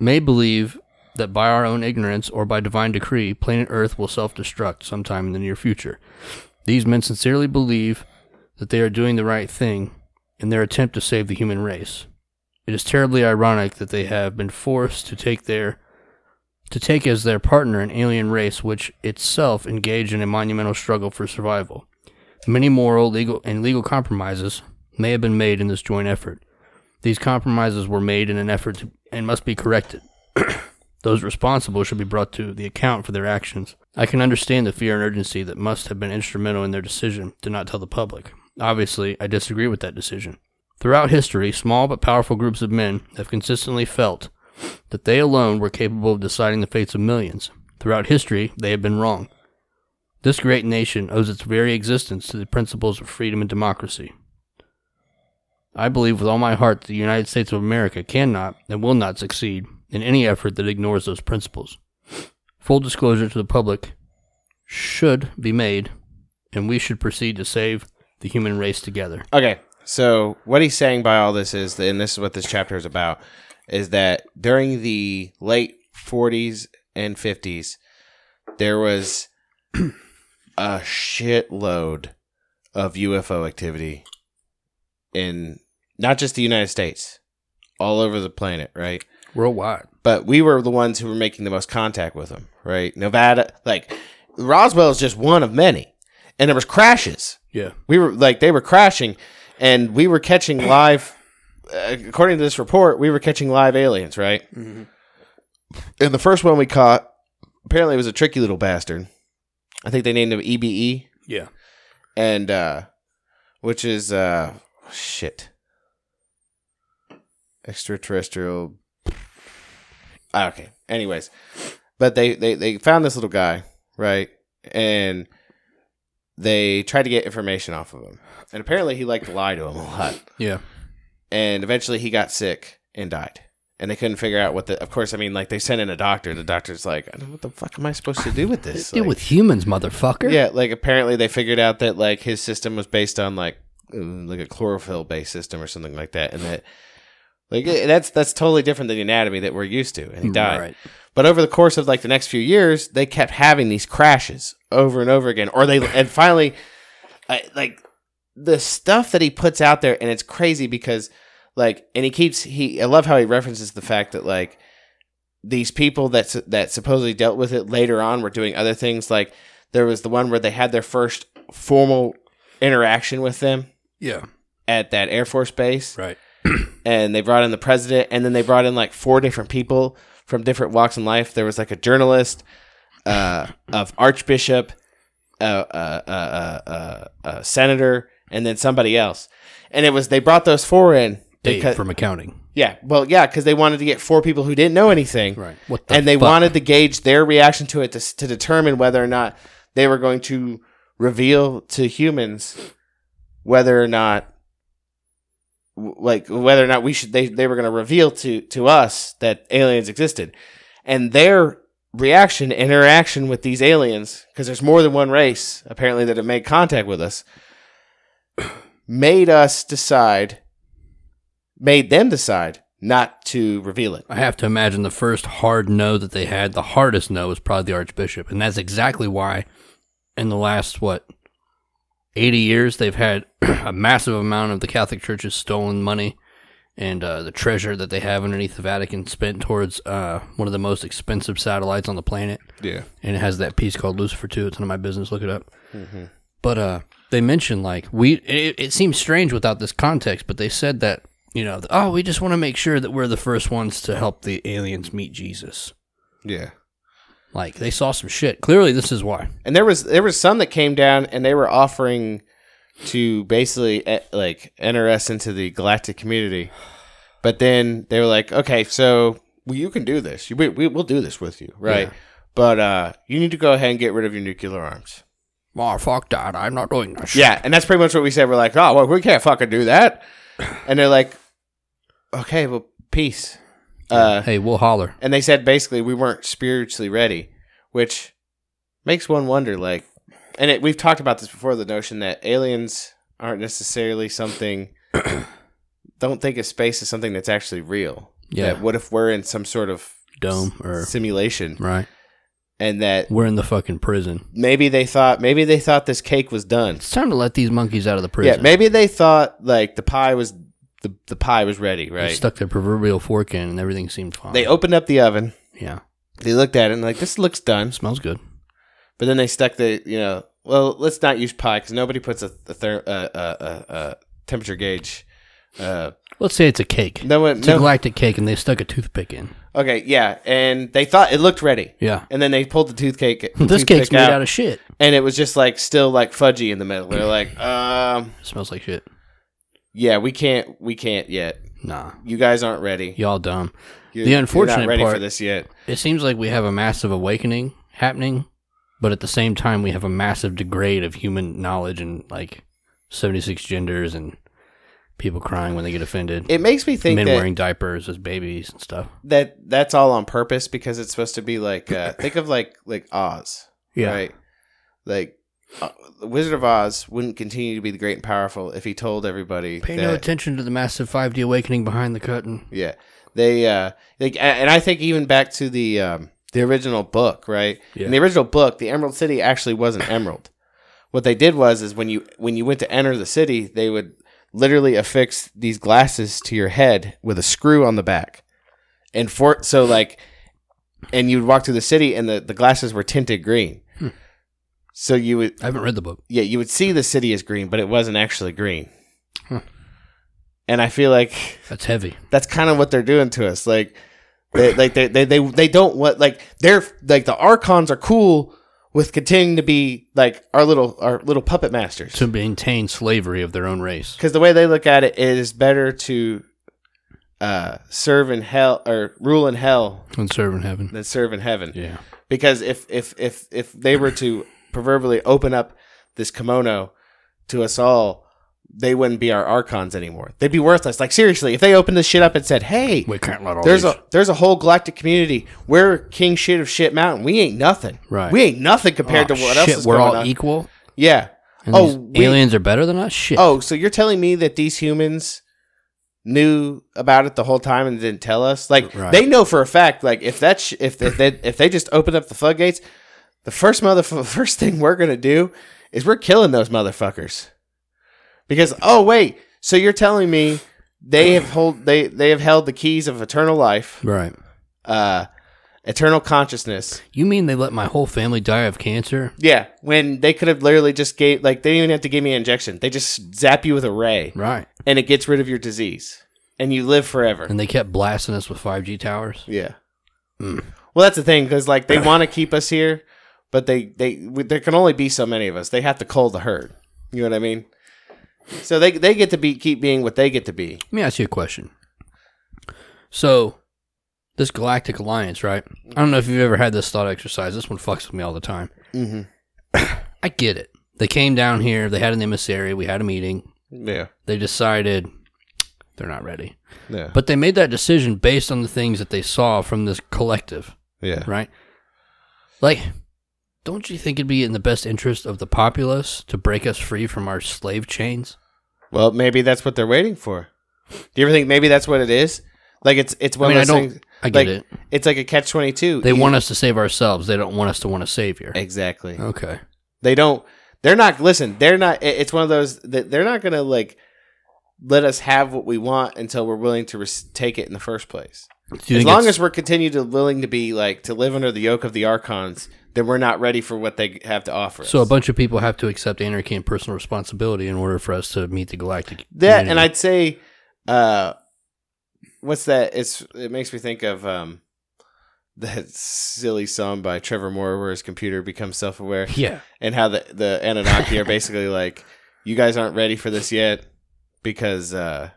may believe that by our own ignorance or by divine decree, planet Earth will self-destruct sometime in the near future. These men sincerely believe that they are doing the right thing in their attempt to save the human race. It is terribly ironic that they have been forced to take their to take as their partner an alien race which itself engaged in a monumental struggle for survival. Many moral, legal, and legal compromises may have been made in this joint effort. These compromises were made in an effort to, and must be corrected. Those responsible should be brought to the account for their actions. I can understand the fear and urgency that must have been instrumental in their decision to not tell the public. Obviously, I disagree with that decision. Throughout history, small but powerful groups of men have consistently felt that they alone were capable of deciding the fates of millions. Throughout history, they have been wrong. This great nation owes its very existence to the principles of freedom and democracy. I believe with all my heart that the United States of America cannot and will not succeed in any effort that ignores those principles. Full disclosure to the public should be made, and we should proceed to save the human race together.
Okay. So what he's saying by all this is, and this is what this chapter is about, is that during the late 40s and 50s, there was a shitload of UFO activity in not just the United States, all over the planet, right?
Worldwide.
but we were the ones who were making the most contact with them, right? Nevada, like Roswell is just one of many, and there was crashes.
Yeah.
We were like they were crashing, and we were catching live. Uh, according to this report, we were catching live aliens, right? And the first one we caught apparently was a tricky little bastard. I think they named him E EBE,
Yeah.
and uh, which is uh, shit, extraterrestrial. Ah, Okay. Anyways, but they they they found this little guy, right? And they tried to get information off of him, and apparently he liked to lie to him a lot
Yeah.
and eventually he got sick and died. And they couldn't figure out what the. Of course, I mean, like they sent in a doctor. The doctor's like, I don't, "What the fuck am I supposed to do with this?"
Deal
Like,
with humans, motherfucker.
yeah, like apparently they figured out that like his system was based on like uh, like a chlorophyll based system or something like that, and that like eh, that's that's totally different than the anatomy that we're used to. And he died.
Right.
But over the course of like the next few years, they kept having these crashes over and over again, or they and finally, I, like the stuff that he puts out there, and it's crazy because like, and he keeps he. I love how he references the fact that like these people that su- that supposedly dealt with it later on were doing other things. Like there was the one where they had their first formal interaction with them
Yeah.
at that Air Force base,
Right.
and they brought in the president, and then they brought in like four different people from different walks in life. There was like a journalist, uh, of archbishop, a uh, uh, uh, uh, uh, uh, senator, and then somebody else. And it was they brought those four in.
Dave
because-
from accounting.
yeah, well, yeah, because they wanted to get four people who didn't know anything,
Right. What the
and they
fuck?
wanted to gauge their reaction to it to, s- to determine whether or not they were going to reveal to humans whether or not, w- like, whether or not we should they they were going to reveal to to us that aliens existed, and their reaction interaction with these aliens because there's more than one race apparently that have made contact with us made us decide made them decide not to reveal it
I have to imagine the first hard no that they had, the hardest no was probably the Archbishop. And that's exactly why, in the last, what, 80 years, they've had a massive amount of the Catholic Church's stolen money and uh, the treasure that they have underneath the Vatican spent towards uh, one of the most expensive satellites on the planet.
yeah
and it has that piece called Lucifer 2. It's none of my business. Look it up. But uh, they mentioned like we. It, it seems strange without this context, but they said that you know, oh, we just want to make sure that we're the first ones to help the aliens meet Jesus.
yeah
Like they saw some shit. Clearly, this is why.
and there was there was some that came down and they were offering to basically eh, like enter us into the galactic community but then they were like okay so well, you can do this You- we, we, we'll do this with you right
Yeah.
but uh you need to go ahead and get rid of your nuclear arms
Oh, fuck that. I'm not doing that. shit.
Yeah, and that's pretty much what we said. We're like, oh, well, we can't fucking do that. And they're like, okay, well, peace. Uh,
Hey, we'll holler.
and they said basically we weren't spiritually ready, which makes one wonder. Like, and it, we've talked about this before the notion that aliens aren't necessarily something. don't think of space as something that's actually real.
Yeah.
That what if we're in some sort of
Dome or
simulation,
right.
and that
We're in the fucking prison.
maybe they thought maybe they thought this cake was done.
It's time to let these monkeys out of the prison.
Yeah, maybe they thought like the pie was the, the pie was ready,
They
right?
stuck their proverbial fork in, and everything seemed fine.
They opened up the oven,
yeah,
they looked at it and like this looks done,
smells good.
but then they stuck the you know well let's not use pie because nobody puts a a, ther- uh, uh, uh, uh, temperature gauge. Uh,
Let's say it's a cake.
no one,
It's a
no,
galactic cake, and they stuck a toothpick in.
okay, yeah, and they thought it looked ready,
Yeah.
and then they pulled the toothcake.
This
toothpick
cake's made out of shit.
and it was just like still like fudgy in the middle. They're like, um,
It smells like shit.
yeah, we can't, we can't yet.
Nah.
You guys aren't ready.
Y'all dumb.
You're,
The
you're
unfortunate
not ready for
part-
this yet.
It seems like we have a massive awakening happening, but at the same time, we have a massive degrade of human knowledge and like 76 genders and people crying when they get offended.
It makes me think
Men
that
wearing diapers as babies and stuff.
that that's all on purpose because it's supposed to be like uh, think of like like Oz,
Yeah.
right? Like uh, the Wizard of Oz wouldn't continue to be the great and powerful if he told everybody
Pay
that
no attention to the massive 5D awakening behind the curtain.
yeah they uh like a- and I think even back to the um the original book, right?
Yeah.
In the original book, the Emerald City actually wasn't Emerald. What they did was is when you when you went to enter the city, they would literally affix these glasses to your head with a screw on the back. And for so like and you'd walk through the city and the, the glasses were tinted green.
Hmm.
So you would
I haven't read the book.
yeah, you would see the city as green, but it wasn't actually green.
Huh.
And I feel like
That's heavy.
that's kind of what they're doing to us. Like, they, like they, they, they, they don't want like they're like the archons are cool with continuing to be like our little our little puppet masters
To maintain slavery of their own race.
because the way they look at it, it is better to uh, serve in hell or rule in hell
And serve in heaven.
than serve in heaven.
Yeah.
Because if if if if they were to proverbially open up this kimono to us all. They wouldn't be our archons anymore. They'd be worthless. Like seriously, if they opened this shit up and said, "Hey,
We can't let all
there's
these-
a there's a whole galactic community. We're king shit of shit mountain. We ain't nothing.
Right.
We ain't nothing compared
Oh,
to what
shit,
else is
we're
going
all
on.
equal.
yeah.
And
Oh,
these
we-
aliens are better than us. Shit.
Oh, so you're telling me that these humans knew about it the whole time and didn't tell us? Like
Right.
they know for a fact. Like if that sh- if if they, if they just open up the floodgates, the first mother first thing we're gonna do is we're killing those motherfuckers. Because oh wait, so you're telling me they have hold they they have held the keys of eternal life
right.
uh, eternal consciousness.
You mean they let my whole family die of cancer?
Yeah, when they could have literally just gave like they didn't even have to give me an injection. They just zap you with a ray
Right.
and it gets rid of your disease and you live forever.
And they kept blasting us with 5G towers.
Yeah.
Hmm.
Well, that's the thing because like they want to keep us here, but they they we, there can only be so many of us. They have to cull the herd. You know what I mean? So they they get to be keep being what they get to be.
Let me ask you a question. So, this Galactic Alliance, right? I don't know if you've ever had this thought exercise. This one fucks with me all the time.
Mm-hmm.
I get it. They came down here, they had an emissary, we had a meeting.
Yeah.
They decided they're not ready.
Yeah.
But they made that decision based on the things that they saw from this collective,
yeah.
right? Like, don't you think it'd be in the best interest of the populace to break us free from our slave chains?
Well, maybe that's what they're waiting for. Do you ever think maybe that's what it is? Like it's it's
I
one
mean, I
of those
don't.
things.
I get
like,
it.
It's like a catch E twenty two.
They want us to save ourselves. They don't want us to want a savior.
exactly.
Okay.
They don't. They're not. Listen. They're not. it- It's one of those. that They're not gonna like let us have what we want until we're willing to res- take it in the first place.
Do you
As
think
long
it's-
as we're continue to willing to be like to live under the yoke of the archons, then we're not ready for what they have to offer. Us.
so, a bunch of people have to accept anarchy and personal responsibility in order for us to meet the galactic.
that,
unity.
and I'd say, uh, what's that? It's it makes me think of um that silly song by Trevor Moore where his computer becomes self aware.
yeah,
and how the the Anunnaki are basically like, you guys aren't ready for this yet because uh,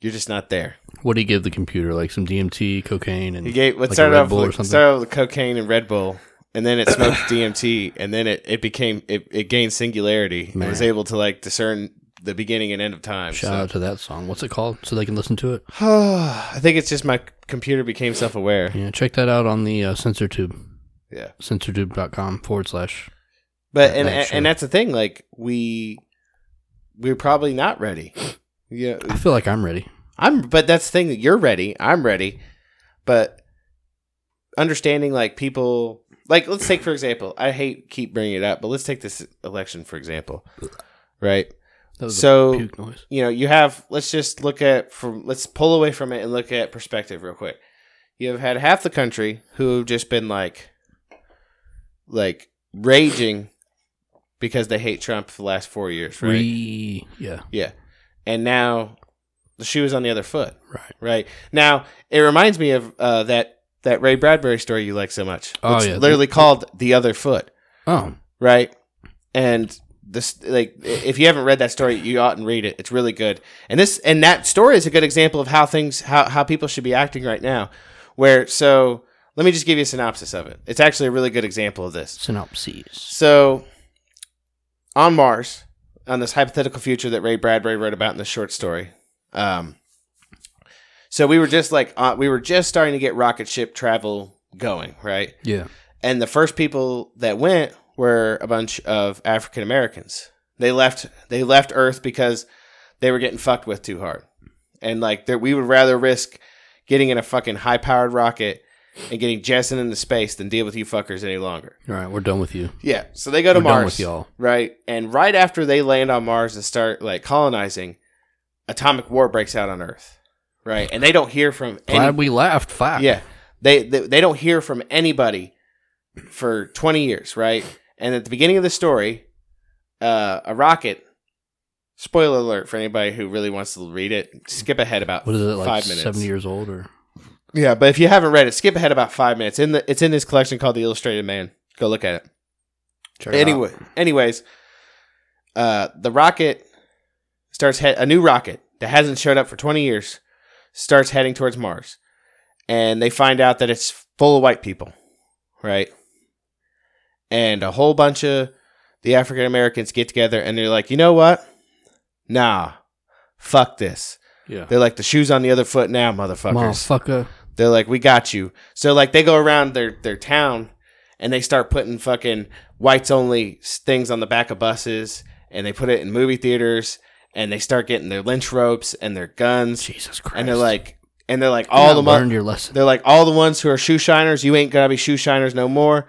you're just not there.
what do you give the computer? Like some DMT, cocaine, and
He gave what
Mm. like a
started
Red
off
Bull or
with,
something?
started off with cocaine and Red Bull, and then it smoked DMT, and then it, it became it, it gained singularity and was
Man.
able to like discern the beginning and end of time.
shout
So.
out to that song. What's it called? So they can listen to it.
I think it's just my computer became self aware.
Yeah, check that out on the uh, censor tube.
Yeah.
censortube.com forward slash.
But
Yeah,
and
that's
and,
true.
and that's the thing, like we we're probably not ready. Yeah,
I feel like I'm ready.
I'm, but that's the thing that you're ready. I'm ready, but understanding like people, like let's take for example. I hate keep bringing it up, but let's take this election for example, right?
That was
So-
a puke noise.
You know, you have. Let's just look at from. Let's pull away from it and look at perspective real quick. You have had half the country who have just been like, like raging because they hate Trump for the last four years, right?
Re- yeah,
yeah, and now the shoe is on the other foot.
right.
Right now, it reminds me of uh, that that Ray Bradbury story you like so much.
Oh,
It's
yeah.
literally called "The Other Foot."
Oh,
Right, and this like i- if you haven't read that story, you oughtn't read it. It's really good. And this and that story is a good example of how things how how people should be acting right now. Where so let me just give you a synopsis of it. It's actually a really good example of this.
synopses.
So, on Mars, on this hypothetical future that Ray Bradbury wrote about in the short story, um, so we were just like uh, we were just starting to get rocket ship travel going, right?
Yeah,
And the first people that went were a bunch of African Americans. They left they left Earth because they were getting fucked with too hard, and like that we would rather risk getting in a fucking high powered rocket and getting jettisoned into space than deal with you fuckers any longer.
all right. We're done with you.
Yeah, so they go to
We're done
Mars,
with y'all.
right? And right after they land on Mars and start like colonizing, atomic war breaks out on Earth, right? And they don't hear from
Glad
any,
we laughed. Fuck.
yeah, they, they they don't hear from anybody for twenty years, right? And at the beginning of the story, uh, a rocket. Spoiler alert for anybody who really wants to read it. Skip ahead about
What is it like?
five minutes.
Seventy years old or
Yeah, but if you haven't read it, skip ahead about five minutes. In the it's in this collection called The Illustrated Man. Go look at it.
Check it out.
Anyway, anyways, uh, the rocket starts he- a new rocket that hasn't showed up for 20 years starts heading towards Mars, and they find out that it's full of white people, right? And a whole bunch of the African Americans get together and they're like, you know what? Nah, fuck this.
Yeah.
They're like the shoes on the other foot now, motherfuckers.
Motherfucker.
They're like, we got you. So like they go around their their town and they start putting fucking whites only s- things on the back of buses and they put it in movie theaters and they start getting their lynch ropes and their guns
Jesus Christ.
and they're like and they're like
all
all the
learned
mo-
your lesson.
they're like all the ones who are shoe shiners. You ain't gotta be shoe shiners no more.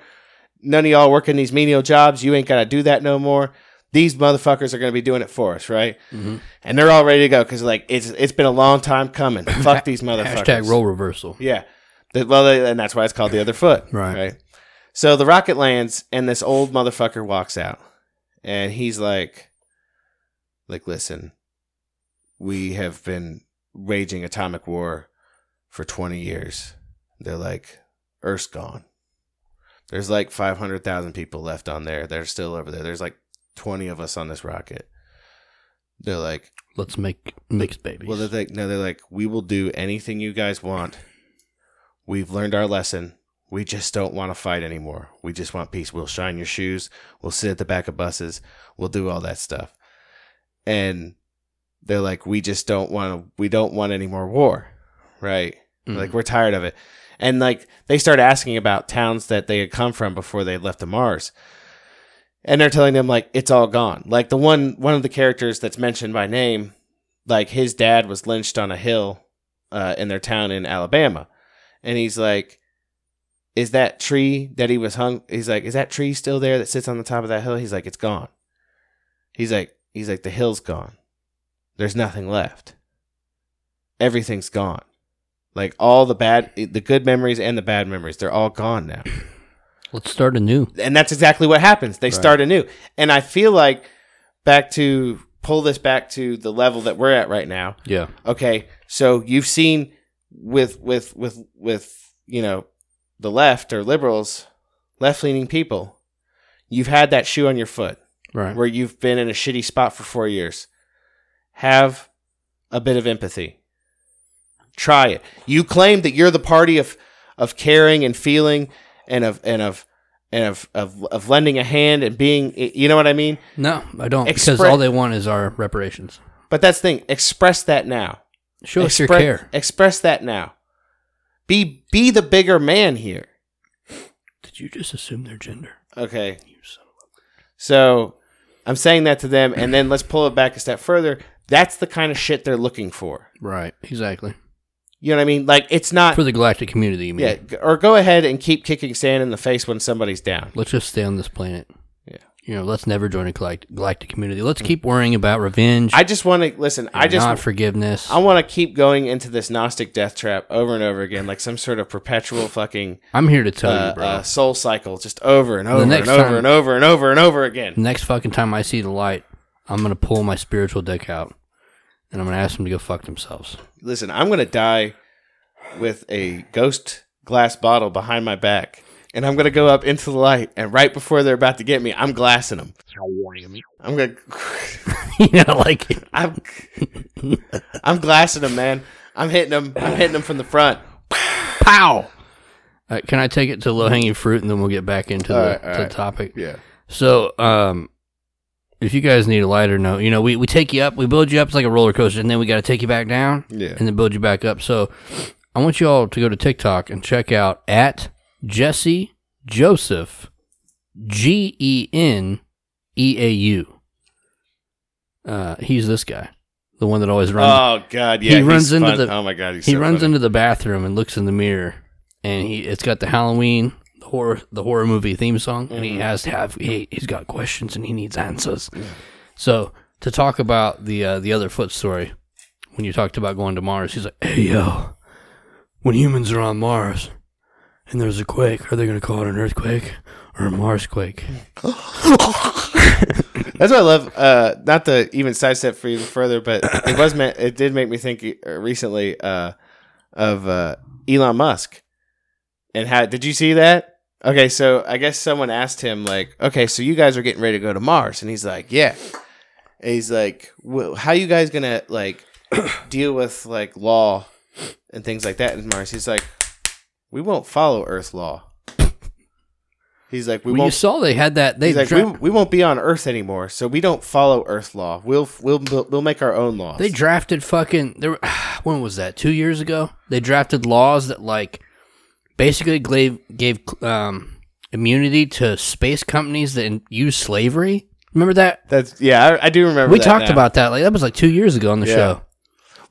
None of y'all working these menial jobs. You ain't gotta do that no more. These motherfuckers are gonna be doing it for us, right?
Mhm.
And they're all ready to go because like it's it's been a long time coming. Fuck these motherfuckers.
Hashtag role reversal.
Yeah. That- Well, they, and that's why it's called the other foot.
Right.
So the rocket lands, and this old motherfucker walks out, and he's like, "Like, listen, we have been waging atomic war for twenty years. They're like, Earth's gone. There's like five hundred thousand people left on there. They're still over there. There's like twenty of us on this rocket. They're like,
Let's make mixed babies.
well, they're like, no, they're like, we will do anything you guys want. We've learned our lesson. We just don't want to fight anymore. We just want peace. We'll shine your shoes. We'll sit at the back of buses. We'll do all that stuff. And they're like, we just don't want to, we don't want any more war. Right.
Mhm.
Like, we're tired of it. And like, they start asking about towns that they had come from before they left to Mars. And they're telling them, like, it's all gone. Like, the one, one of the characters that's mentioned by name like his dad was lynched on a hill uh, in their town in Alabama, and he's like, "Is that tree that he was hung?" He's like, "Is that tree still there that sits on the top of that hill?" He's like, "It's gone." He's like, "He's like the hill's gone. There's nothing left. Everything's gone. Like all the bad, the good memories and the bad memories, they're all gone now."
Let's start anew.
and that's exactly what happens. They start anew. And I feel like back to pull this back to the level that we're at right now.
Yeah.
Okay, so you've seen with with with with you know the left or liberals, left leaning people, you've had that shoe on your foot
Right.
where you've been in a shitty spot for four years. Have a bit of empathy. Try it. You claim that you're the party of of caring and feeling and of and of and of of, of lending a hand and being you know what I mean?
No, I don't. because
Expre-
all they want is our reparations.
But that's the thing. Express that now.
Show us your
Expre-
care.
Express that now. Be be the bigger man here.
Did you just assume their gender?
Okay.
You son of
So I'm saying that to them and then let's pull it back a step further. That's the kind of shit they're looking for.
a- Right. Exactly.
You know what I mean? Like it's not
For the galactic community, you mean?
Yeah, g- or go ahead and keep kicking sand in the face when somebody's down.
Let's just stay on this planet.
Yeah.
You know, let's never join a galact- galactic community. Let's keep worrying about revenge.
I just want to listen. I
and
just
not forgiveness.
I want to keep going into this Gnostic death trap over and over again, like some sort of perpetual fucking
I'm here to tell
uh,
you, bro.
uh, soul cycle, just over and over
next
and over
time-
and over and over and over
the
again.
next fucking time I see the light, I'm gonna pull my spiritual dick out, and I'm gonna ask them to go fuck themselves.
Listen, I'm gonna die with a ghost glass bottle behind my back, and I'm gonna go up into the light, and right before they're about to get me, I'm glassing them. I'm gonna.
you know, like
I'm I'm glassing them, man. I'm hitting them. I'm hitting them from the front.
pow. Uh, can I take it to low hanging fruit, and then we'll get back into the,
All right, all
to the
right.
topic?
Yeah.
So, um, if you guys need a lighter note, you know, we, we take you up, we build you up, it's like a roller coaster, and then we got to take you back down
Yeah.
and then build you back up. So, I want you all to go to TikTok and check out at Jesse Joseph G E N E A U. Uh, he's this guy, the one that always runs
Oh God, yeah.
He
he's
runs into
fun.
the-
Oh my God, he's
he
so
runs
funny.
into the bathroom and looks in the mirror, and he it's got the Halloween the horror the horror movie theme song, and
Mm-hmm.
he has to have he he's got questions and he needs answers. So to talk about the uh, the other foot story, when you talked about going to Mars, he's like, "Hey yo, when humans are on Mars and there's a quake, are they going to call it an earthquake or a Mars quake?"
That's what I love. Uh, not to even sidestep for even further, but it was. ma- It did make me think uh, recently uh, of uh, Elon Musk and how. Did you see that? Okay, so I guess someone asked him like, "Okay, so you guys are getting ready to go to Mars," and he's like, "Yeah." And he's like, well, "How you guys gonna like deal with like law and things like that in Mars?" He's like, "We won't follow Earth law." He's like, "We
Well, you
won't."
saw they had that they
He's like,
dra-
we, we won't be on Earth anymore, so we don't follow Earth law. We'll we'll we'll, we'll make our own laws.
They drafted fucking there. When was that? Two years ago. They drafted laws that like basically gave gave um, immunity to space companies that use slavery. Remember that?
That's yeah, I, I do remember.
we
that
talked
now.
about that. Like that was like two years ago on the
Yeah.
show.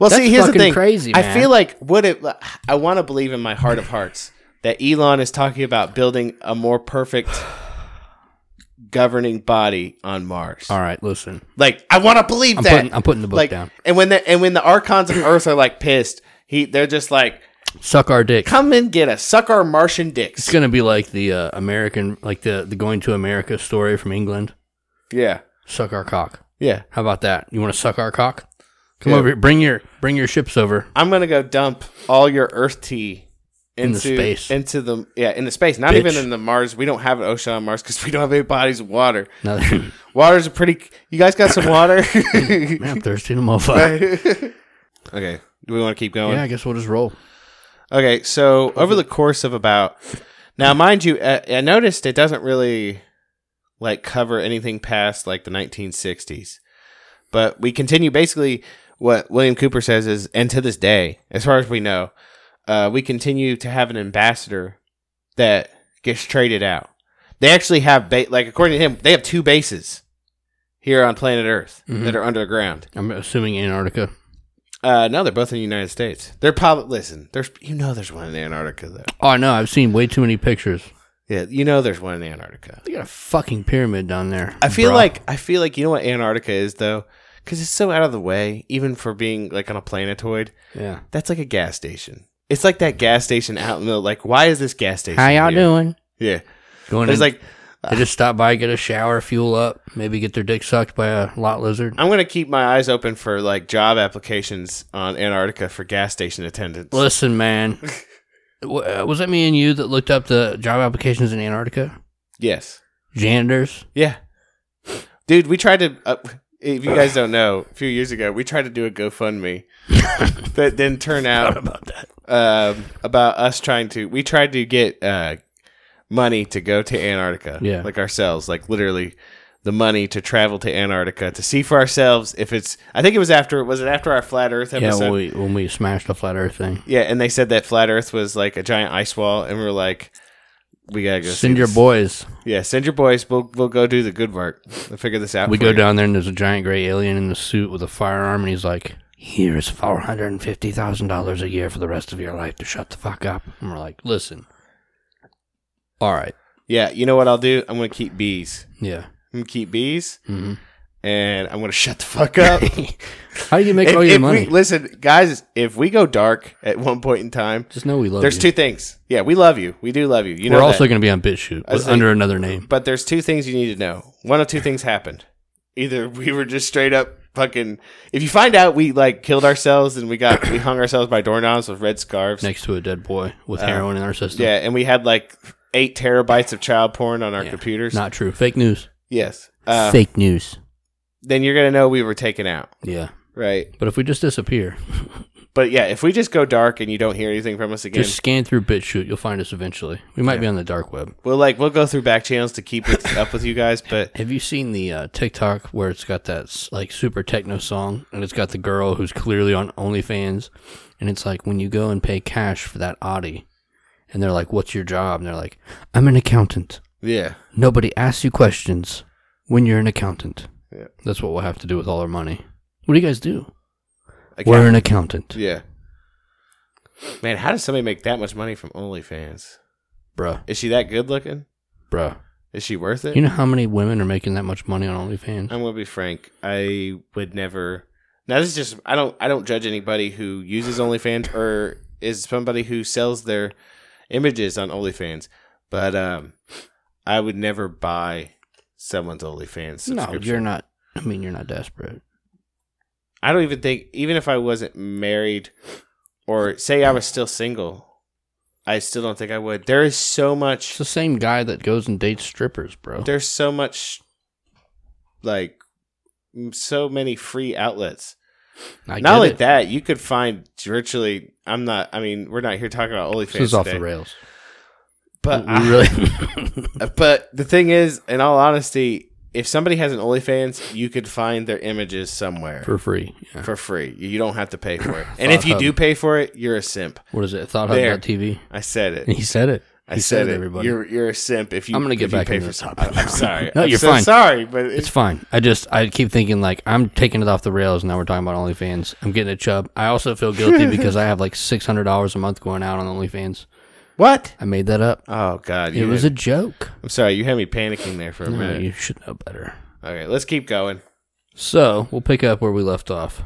Well,
That's
see, here's the
fucking
thing.
crazy,
I
man.
feel like would it. I want to believe in my heart of hearts that Elon is talking about building a more perfect governing body on Mars.
All right, listen.
Like I want to believe
I'm
that.
putting- I'm putting the book
like,
down.
And when the and when the archons of Earth are like pissed, he they're just like
Suck our dick.
Come and get us. Suck our Martian dicks.
It's gonna be like the uh, American, like the the going to America story from England.
yeah.
Suck our cock.
Yeah.
How about that? You want to suck our cock? Come
Yeah.
over here. Bring your bring your ships over.
I'm gonna go dump all your Earth tea
In the
into
space.
into the yeah into space. Not
Bitch.
even in the Mars. We don't have an ocean on Mars because we don't have any bodies of water.
Now
Water's a pretty. You guys got some water?
I'm thirsty, no motherfucker.
okay. Do we want to keep going?
Yeah, I guess we'll just roll.
Okay, so over the course of about now, mind you, uh, I noticed it doesn't really like cover anything past like the 1960s, but we continue basically what William Cooper says is, and to this day, as far as we know, uh, we continue to have an ambassador that gets traded out. They actually have ba- like according to him, they have two bases here on planet Earth
Mhm.
that are underground.
I'm assuming Antarctica.
Uh, no, they're both in the United States. They're probably listen. There's you know there's one in Antarctica though.
Oh no, I've seen way too many pictures.
Yeah, you know there's one in Antarctica.
They got a fucking pyramid down there.
I feel
bruh.
like I feel like you know what Antarctica is though, because it's so out of the way, even for being like on a planetoid.
yeah.
That's like a gas station. It's like that gas station out in the like. Why is this gas station?
How y'all
here?
doing?
Yeah,
Going
there's
in, like
like
they just stop by, get a shower, fuel up, maybe get their dick sucked by a lot lizard.
I'm gonna keep my eyes open for like job applications on Antarctica for gas station attendants.
Listen, man. W- uh, Was that me and you that looked up the job applications in Antarctica?
Yes.
Janitors?
Yeah. Dude, we tried to. Uh, if you guys don't know, a few years ago, we tried to do a GoFundMe that didn't turn out
about that?
um, about us trying to. We tried to get uh, money to go to Antarctica,
Yeah.
like ourselves, like literally the money to travel to Antarctica to see for ourselves if it's. I think it was after. Was it after our flat Earth
Yeah,
episode?
when we when we smashed the flat Earth thing.
Yeah, and they said that flat Earth was like a giant ice wall, and we were like, we gotta go see
Send your
this.
boys.
Yeah, send your boys. We'll we'll go do the good work. We'll figure this out.
We
for
go
you.
down there and there's a giant gray alien in a suit with a firearm, and he's like, "Here's four hundred and fifty thousand dollars a year for the rest of your life to shut the fuck up." And we're like, "Listen, all right,
Yeah, you know what I'll do? I'm gonna keep bees.
yeah."
I'm gonna keep bees,
hmm
and I'm gonna shut the fuck up.
How do you make
If-
all your
if we-
money?
listen, guys, if we go dark at one point in time,
Just know we love
there's
you.
two things. Yeah, we love you. We do love you. You know,
We're also
that.
going to be on BitChute,
I was
but under another name.
but there's two things you need to know. One of two things happened. Either we were just straight up fucking. If you find out we like killed ourselves and we got we hung ourselves by doorknobs with red scarves,
Next to a dead boy with heroin in our system.
Oh. yeah, and we had like eight terabytes of child porn on our
Yeah.
computers.
Not true. Fake news.
yes. Uh,
Fake news.
then you're gonna know we were taken out,
Yeah.
right?
But if we just disappear,
But yeah, if we just go dark and you don't hear anything from us again,
just scan through BitChute, you'll find us eventually. We might be on the dark web.
we'll like we'll go through back channels to keep it up with you guys. But
Have you seen the uh, TikTok where it's got that s- like super techno song and it's got the girl who's clearly on OnlyFans and it's like when you go and pay cash for that Audi and they're like, "What's your job?" and they're like, "I'm an accountant."
yeah,
Nobody asks you questions when you're an accountant.
Yeah.
That's what we'll have to do with all our money. What do you guys do?
Account-
We're an accountant,
yeah. Man, how does somebody make that much money from OnlyFans?
bruh,
Is she that good looking?
bruh.
Is she worth it?
You know how many women are making that much money on OnlyFans?
I'm gonna be frank. I would never. Now this is just I don't I don't judge anybody who uses OnlyFans or is somebody who sells their images on OnlyFans, but um, I would never buy someone's OnlyFans
No,
subscription.
you're not. I mean, you're not desperate.
I don't even think even if I wasn't married or say I was still single, I still don't think I would. There is so
It's
much
the same guy that goes and dates strippers, bro.
there's so much like so many free outlets.
I
not
get
like
it.
that, you could find virtually I'm not I mean, we're not here talking about OnlyFans.
This is off
today,
the rails.
But
We
I-
really,
but the thing is, in all honesty, if somebody has an OnlyFans, you could find their images somewhere.
for free. Yeah.
for free. You don't have to pay for it. And if you do pay for it, you're a simp.
What is it?
There.
ThoughtHub.tv.
I said it.
He said it.
I
He
said, it.
Everybody,
You're you're a simp if you.
I'm gonna get
if you
back
pay
into
for
the
something.
topic.
I'm sorry.
No,
I'm
you're
so
fine.
Sorry, but it's,
it's fine. I just I keep thinking like I'm taking it off the rails. Now we're talking about OnlyFans. I'm getting a chub. I also feel guilty because I have like six hundred dollars a month going out on OnlyFans.
what?
I made that up.
Oh God,
It
you
was
had-
a joke.
I'm sorry. You had me panicking there for a
No,
minute.
you should know better.
Okay, let's keep going.
So we'll pick up where we left off.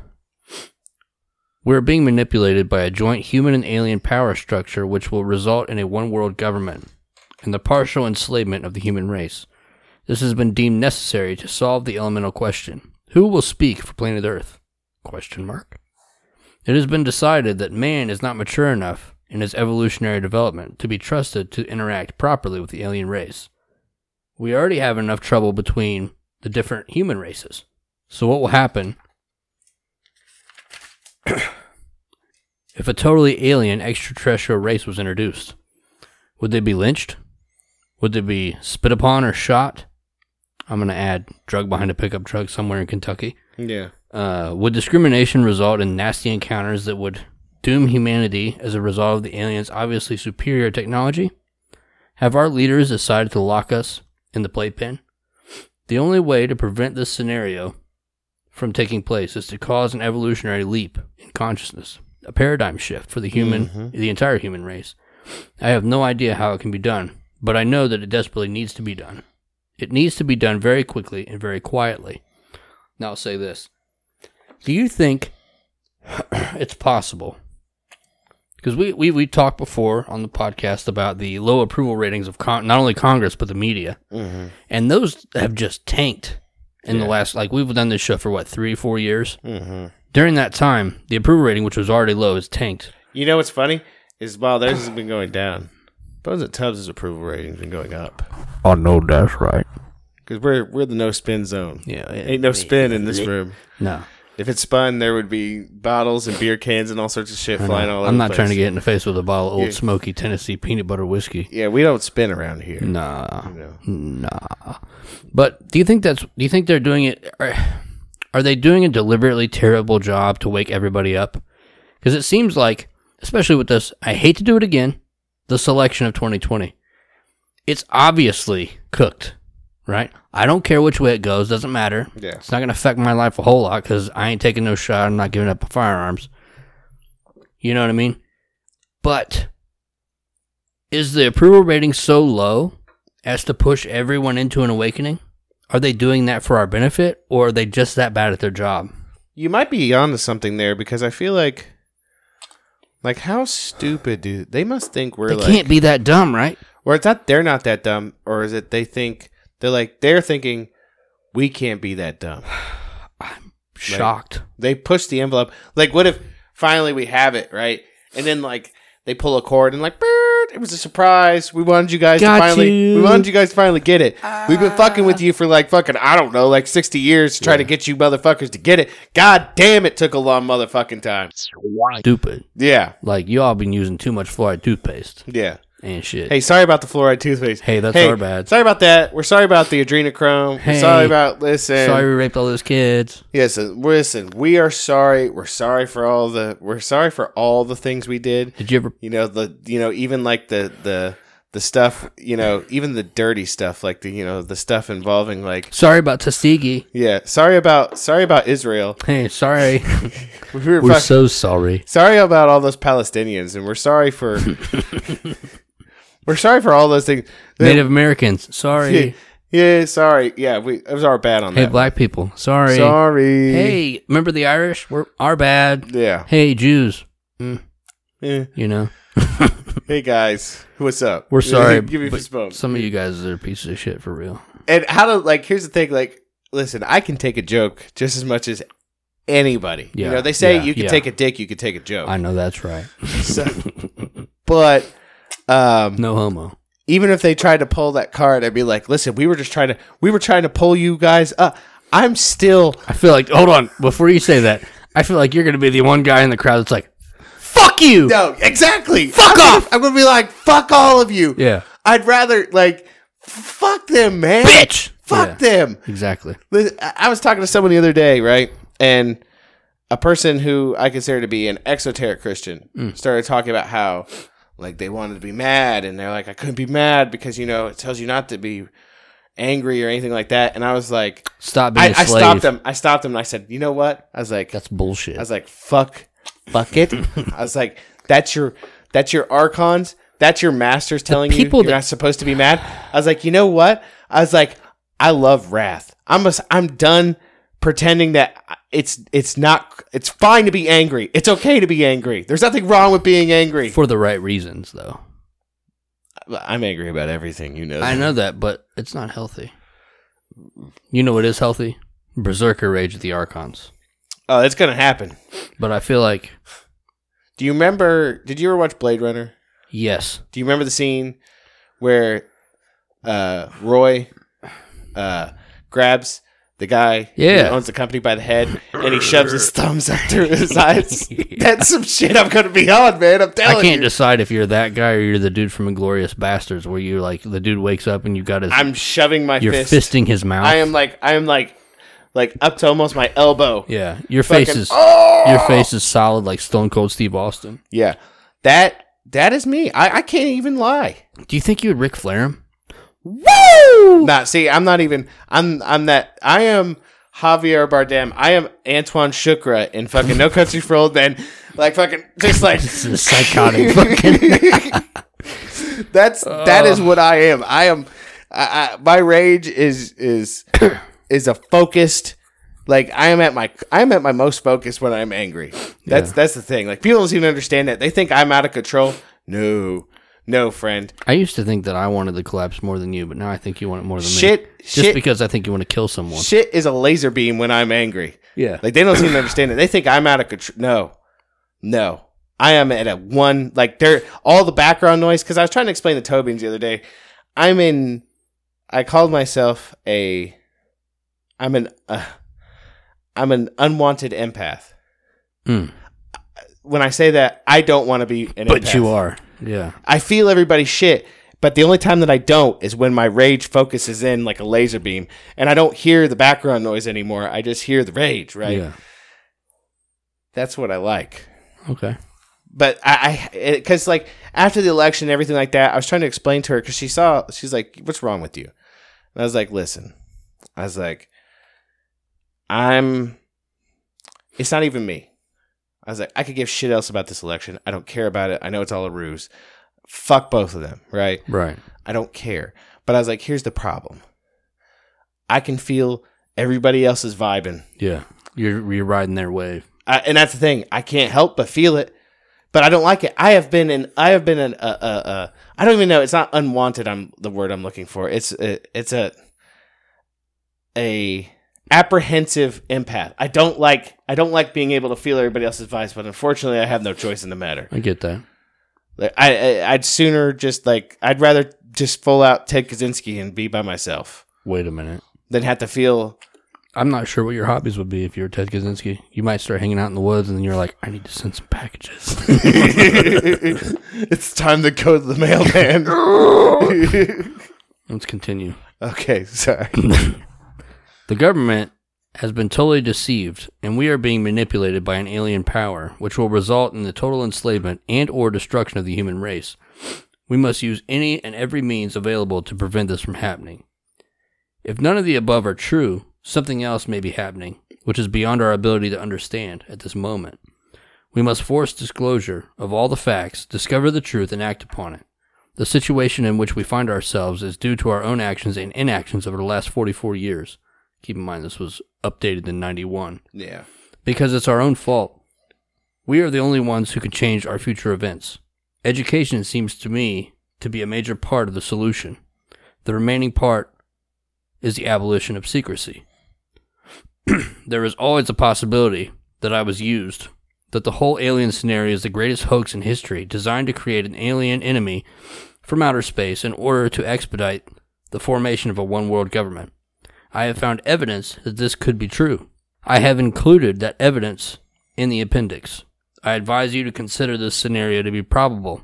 We're being manipulated by a joint human and alien power structure which will result in a one world government and the partial enslavement of the human race. This has been deemed necessary to solve the elemental question. Who will speak for planet Earth? Question mark. It has been decided that man is not mature enough in his evolutionary development to be trusted to interact properly with the alien race. We already have enough trouble between the different human races. So what will happen if a totally alien extraterrestrial race was introduced? Would they be lynched? Would they be spit upon or shot? I'm going to add drug behind a pickup truck somewhere in Kentucky.
Yeah.
Uh, would discrimination result in nasty encounters that would doom humanity as a result of the aliens' obviously superior technology? Have our leaders decided to lock us in the playpen? The only way to prevent this scenario from taking place is to cause an evolutionary leap in consciousness, a paradigm shift for the human, the entire human race. I have no idea how it can be done, but I know that it desperately needs to be done. It needs to be done very quickly and very quietly. Now, I'll say this. Do you think it's possible? Because we, we, we talked before on the podcast about the low approval ratings of con- not only Congress, but the media.
Mm-hmm.
And those have just tanked in the last, like, we've done this show for what, three, four years?
Mm-hmm.
During that time, the approval rating, which was already low, is tanked.
You know what's funny is while theirs has been going down, Bones and Tubbs' approval rating's been going up
Oh, no, that's right.
because we're we're the no spin zone.
Yeah, it-
Ain't no spin in this room.
No.
If it spun, there would be bottles and beer cans and all sorts of shit flying all over.
I'm
the
not
place.
trying to get in the face with a bottle of old
Yeah.
smoky Tennessee peanut butter whiskey.
Yeah, we don't spin around here.
Nah.
No.
Nah. But do you think that's do you think they're doing it are, are they doing a deliberately terrible job to wake everybody up? Cuz it seems like especially with this I hate to do it again, the selection of 2020. It's obviously cooked, right? I don't care which way it goes, doesn't matter.
Yeah.
It's not going to affect my life a whole lot cuz I ain't taking no shot, I'm not giving up firearms. You know what I mean? But is the approval rating so low as to push everyone into an awakening? Are they doing that for our benefit, or are they just that bad at their job?
You might be onto something there because I feel like, like how stupid do they must think we're
They
like?
can't be that dumb, right?
Or it's not they're not that dumb, or is it they think they're like they're thinking we can't be that dumb.
Shocked.
They push the envelope. Like what if finally we have it, right? And then like they pull a cord and like "Beep, it was a surprise. We wanted you guys
Got
to finally
you.
we wanted you guys to finally get it. We've been fucking with you for like fucking I don't know, like 60 years to try to get you motherfuckers to get it. God damn it took a long motherfucking time.
Stupid.
Yeah.
Like y'all been using too much fluoride toothpaste
Yeah.
and shit.
Hey, sorry about the fluoride toothpaste.
Hey, that's our bad.
Sorry about that. We're sorry about the adrenochrome.
Hey.
We're sorry about listen.
Sorry we raped all those kids.
Yes, uh, listen. We are sorry. We're sorry for all the. We're sorry for all the things we did.
Did you ever?
You know the. You know even like the the the stuff. You know even the dirty stuff like the you know the stuff involving like
Sorry about Tuskegee.
yeah. Sorry about sorry about Israel.
Hey, sorry.
We were
We're
fuck-
so sorry.
sorry about all those Palestinians, and we're sorry for. we're sorry for all those things.
Native Americans.
yeah,
Sorry.
yeah, sorry. Yeah, we it was our bad on
Hey,
that. one.
black people. Sorry.
Sorry.
Hey, remember the Irish? We're our bad.
Yeah.
Hey, Jews.
Eh.
You know.
Hey guys, what's up?
We're sorry,
Give me a
but
fist bump.
Some of you guys are pieces of shit for real.
and how to like here's the thing like listen i can take a joke just as much as anybody
Yeah,
you know they say
yeah,
you can
yeah.
take a dick you can take a joke
I know that's right.
So- but um
No homo.
even if they tried to pull that card i'd be like listen we were just trying to we were trying to pull you guys up i'm still
I feel like hold on before you say that. I feel like you're gonna be the one guy in the crowd that's like, "Fuck you."
no exactly
Fuck
I'm gonna-
off!
i'm gonna be like fuck all of you
Yeah.
i'd rather like fuck them man
Bitch.
fuck
Yeah,
them
Exactly.
Listen, I I was talking to someone the other day, right? And a person who I consider to be an exoteric Christian
Mm.
started talking about how, like, they wanted to be mad, and they're like, I couldn't be mad because you know it tells you not to be angry or anything like that. And I was like,
Stop being
I,
a
I
slave.
stopped them. I stopped them, and I said, you know what? I was like,
That's bullshit.
I was like, fuck, fuck it. I was like, that's your that's your archons. That's your masters telling you
people
you're
that-
not supposed to be mad. I was like, you know what? I was like, I love wrath. I'm a, I'm done pretending that it's it's not it's fine to be angry. It's okay to be angry. There's nothing wrong with being angry.
for the right reasons, though.
I'm angry about everything, you know.
I know that, but it's not healthy. You know what is healthy? Berserker Rage of the Archons.
Oh, it's gonna happen.
But I feel like,
Do you remember? Did you ever watch Blade Runner?
yes,
Do you remember the scene where uh, Roy uh, grabs the guy
Yeah.
who owns the company by the head and he shoves his thumbs up through his eyes? That's some shit I'm gonna be on, man. I'm telling
I can't
you.
decide if you're that guy or you're the dude from Inglorious Bastards, where you like the dude wakes up and you got his,
I'm shoving my
you're
fist.
fisting his mouth.
I am like I am like like up to almost my elbow.
yeah, your face
Fucking- Oh!
is your face is solid like Stone Cold Steve Austin.
Yeah. That that is me. I, I can't even lie.
Do you think you would Ric Flair him?
Not see, I'm not even I'm I'm that I am Javier Bardem. I am Antoine Shukra in fucking No Country for Old Men. Like fucking just like
This is psychotic. fucking.
that's that is what I am. I am I, I, my rage is is is a focused like I am at my I am at my most focused when I'm angry. That's that's the thing. Like people don't seem to understand that. They think I'm out of control. No. No, friend.
I used to think that I wanted the collapse more than you, but now I think you want it more than me.
Shit
Just
shit
because I think you want to kill someone.
shit is a laser beam when I'm angry.
Yeah.
Like they don't seem to understand it. They think I'm out of control. No, no, I am at a one. Like they're all the background noise. Because I was trying to explain to Tobin's the other day. I'm in. I called myself a. I'm an. Uh, I'm an unwanted empath.
Hmm.
When I say that, I don't want to be an.
but
empath.
you are. Yeah.
I feel everybody's shit, but the only time that I don't is when my rage focuses in like a laser beam, and I don't hear the background noise anymore. I just hear the rage. Right.
Yeah.
That's what I like.
Okay.
but I, I, because like after the election and everything like that, I was trying to explain to her because she saw, she's like, "What's wrong with you?" And I was like, "Listen," I was like, "I'm." It's not even me. I was like, I could give shit else about this election. I don't care about it. I know it's all a ruse. Fuck both of them, right?
Right.
I don't care. But I was like, here's the problem. I can feel everybody else's vibing.
Yeah. You're you're riding their wave.
I, and that's the thing. I can't help but feel it, but I don't like it. I have been an. I have been an. Uh, uh, uh, I don't even know. It's not unwanted. I'm the word I'm looking for. It's a, it's a a apprehensive empath. I don't like. I don't like being able to feel everybody else's vibes, but unfortunately, I have no choice in the matter.
I get that.
Like, I, I I'd sooner just like I'd rather just full out Ted Kaczynski and be by myself
Wait a minute.
than have to feel.
I'm not sure what your hobbies would be if you were Ted Kaczynski. You might start hanging out in the woods and then you're like, I need to send some packages.
it's time to go to the mailman.
Let's continue.
Okay, sorry.
The government has been totally deceived and we are being manipulated by an alien power which will result in the total enslavement and or destruction of the human race. We must use any and every means available to prevent this from happening. If none of the above are true, something else may be happening which is beyond our ability to understand at this moment. We must force disclosure of all the facts, discover the truth and act upon it. The situation in which we find ourselves is due to our own actions and inactions over the last 44 years. Keep in mind this was updated in 91.
yeah.
Because it's our own fault. We are the only ones who can change our future events. Education seems to me to be a major part of the solution. The remaining part is the abolition of secrecy. there is always a possibility that I was used, that the whole alien scenario is the greatest hoax in history, designed to create an alien enemy from outer space in order to expedite the formation of a one world government. I have found evidence that this could be true. I have included that evidence in the appendix. I advise you to consider this scenario to be probable,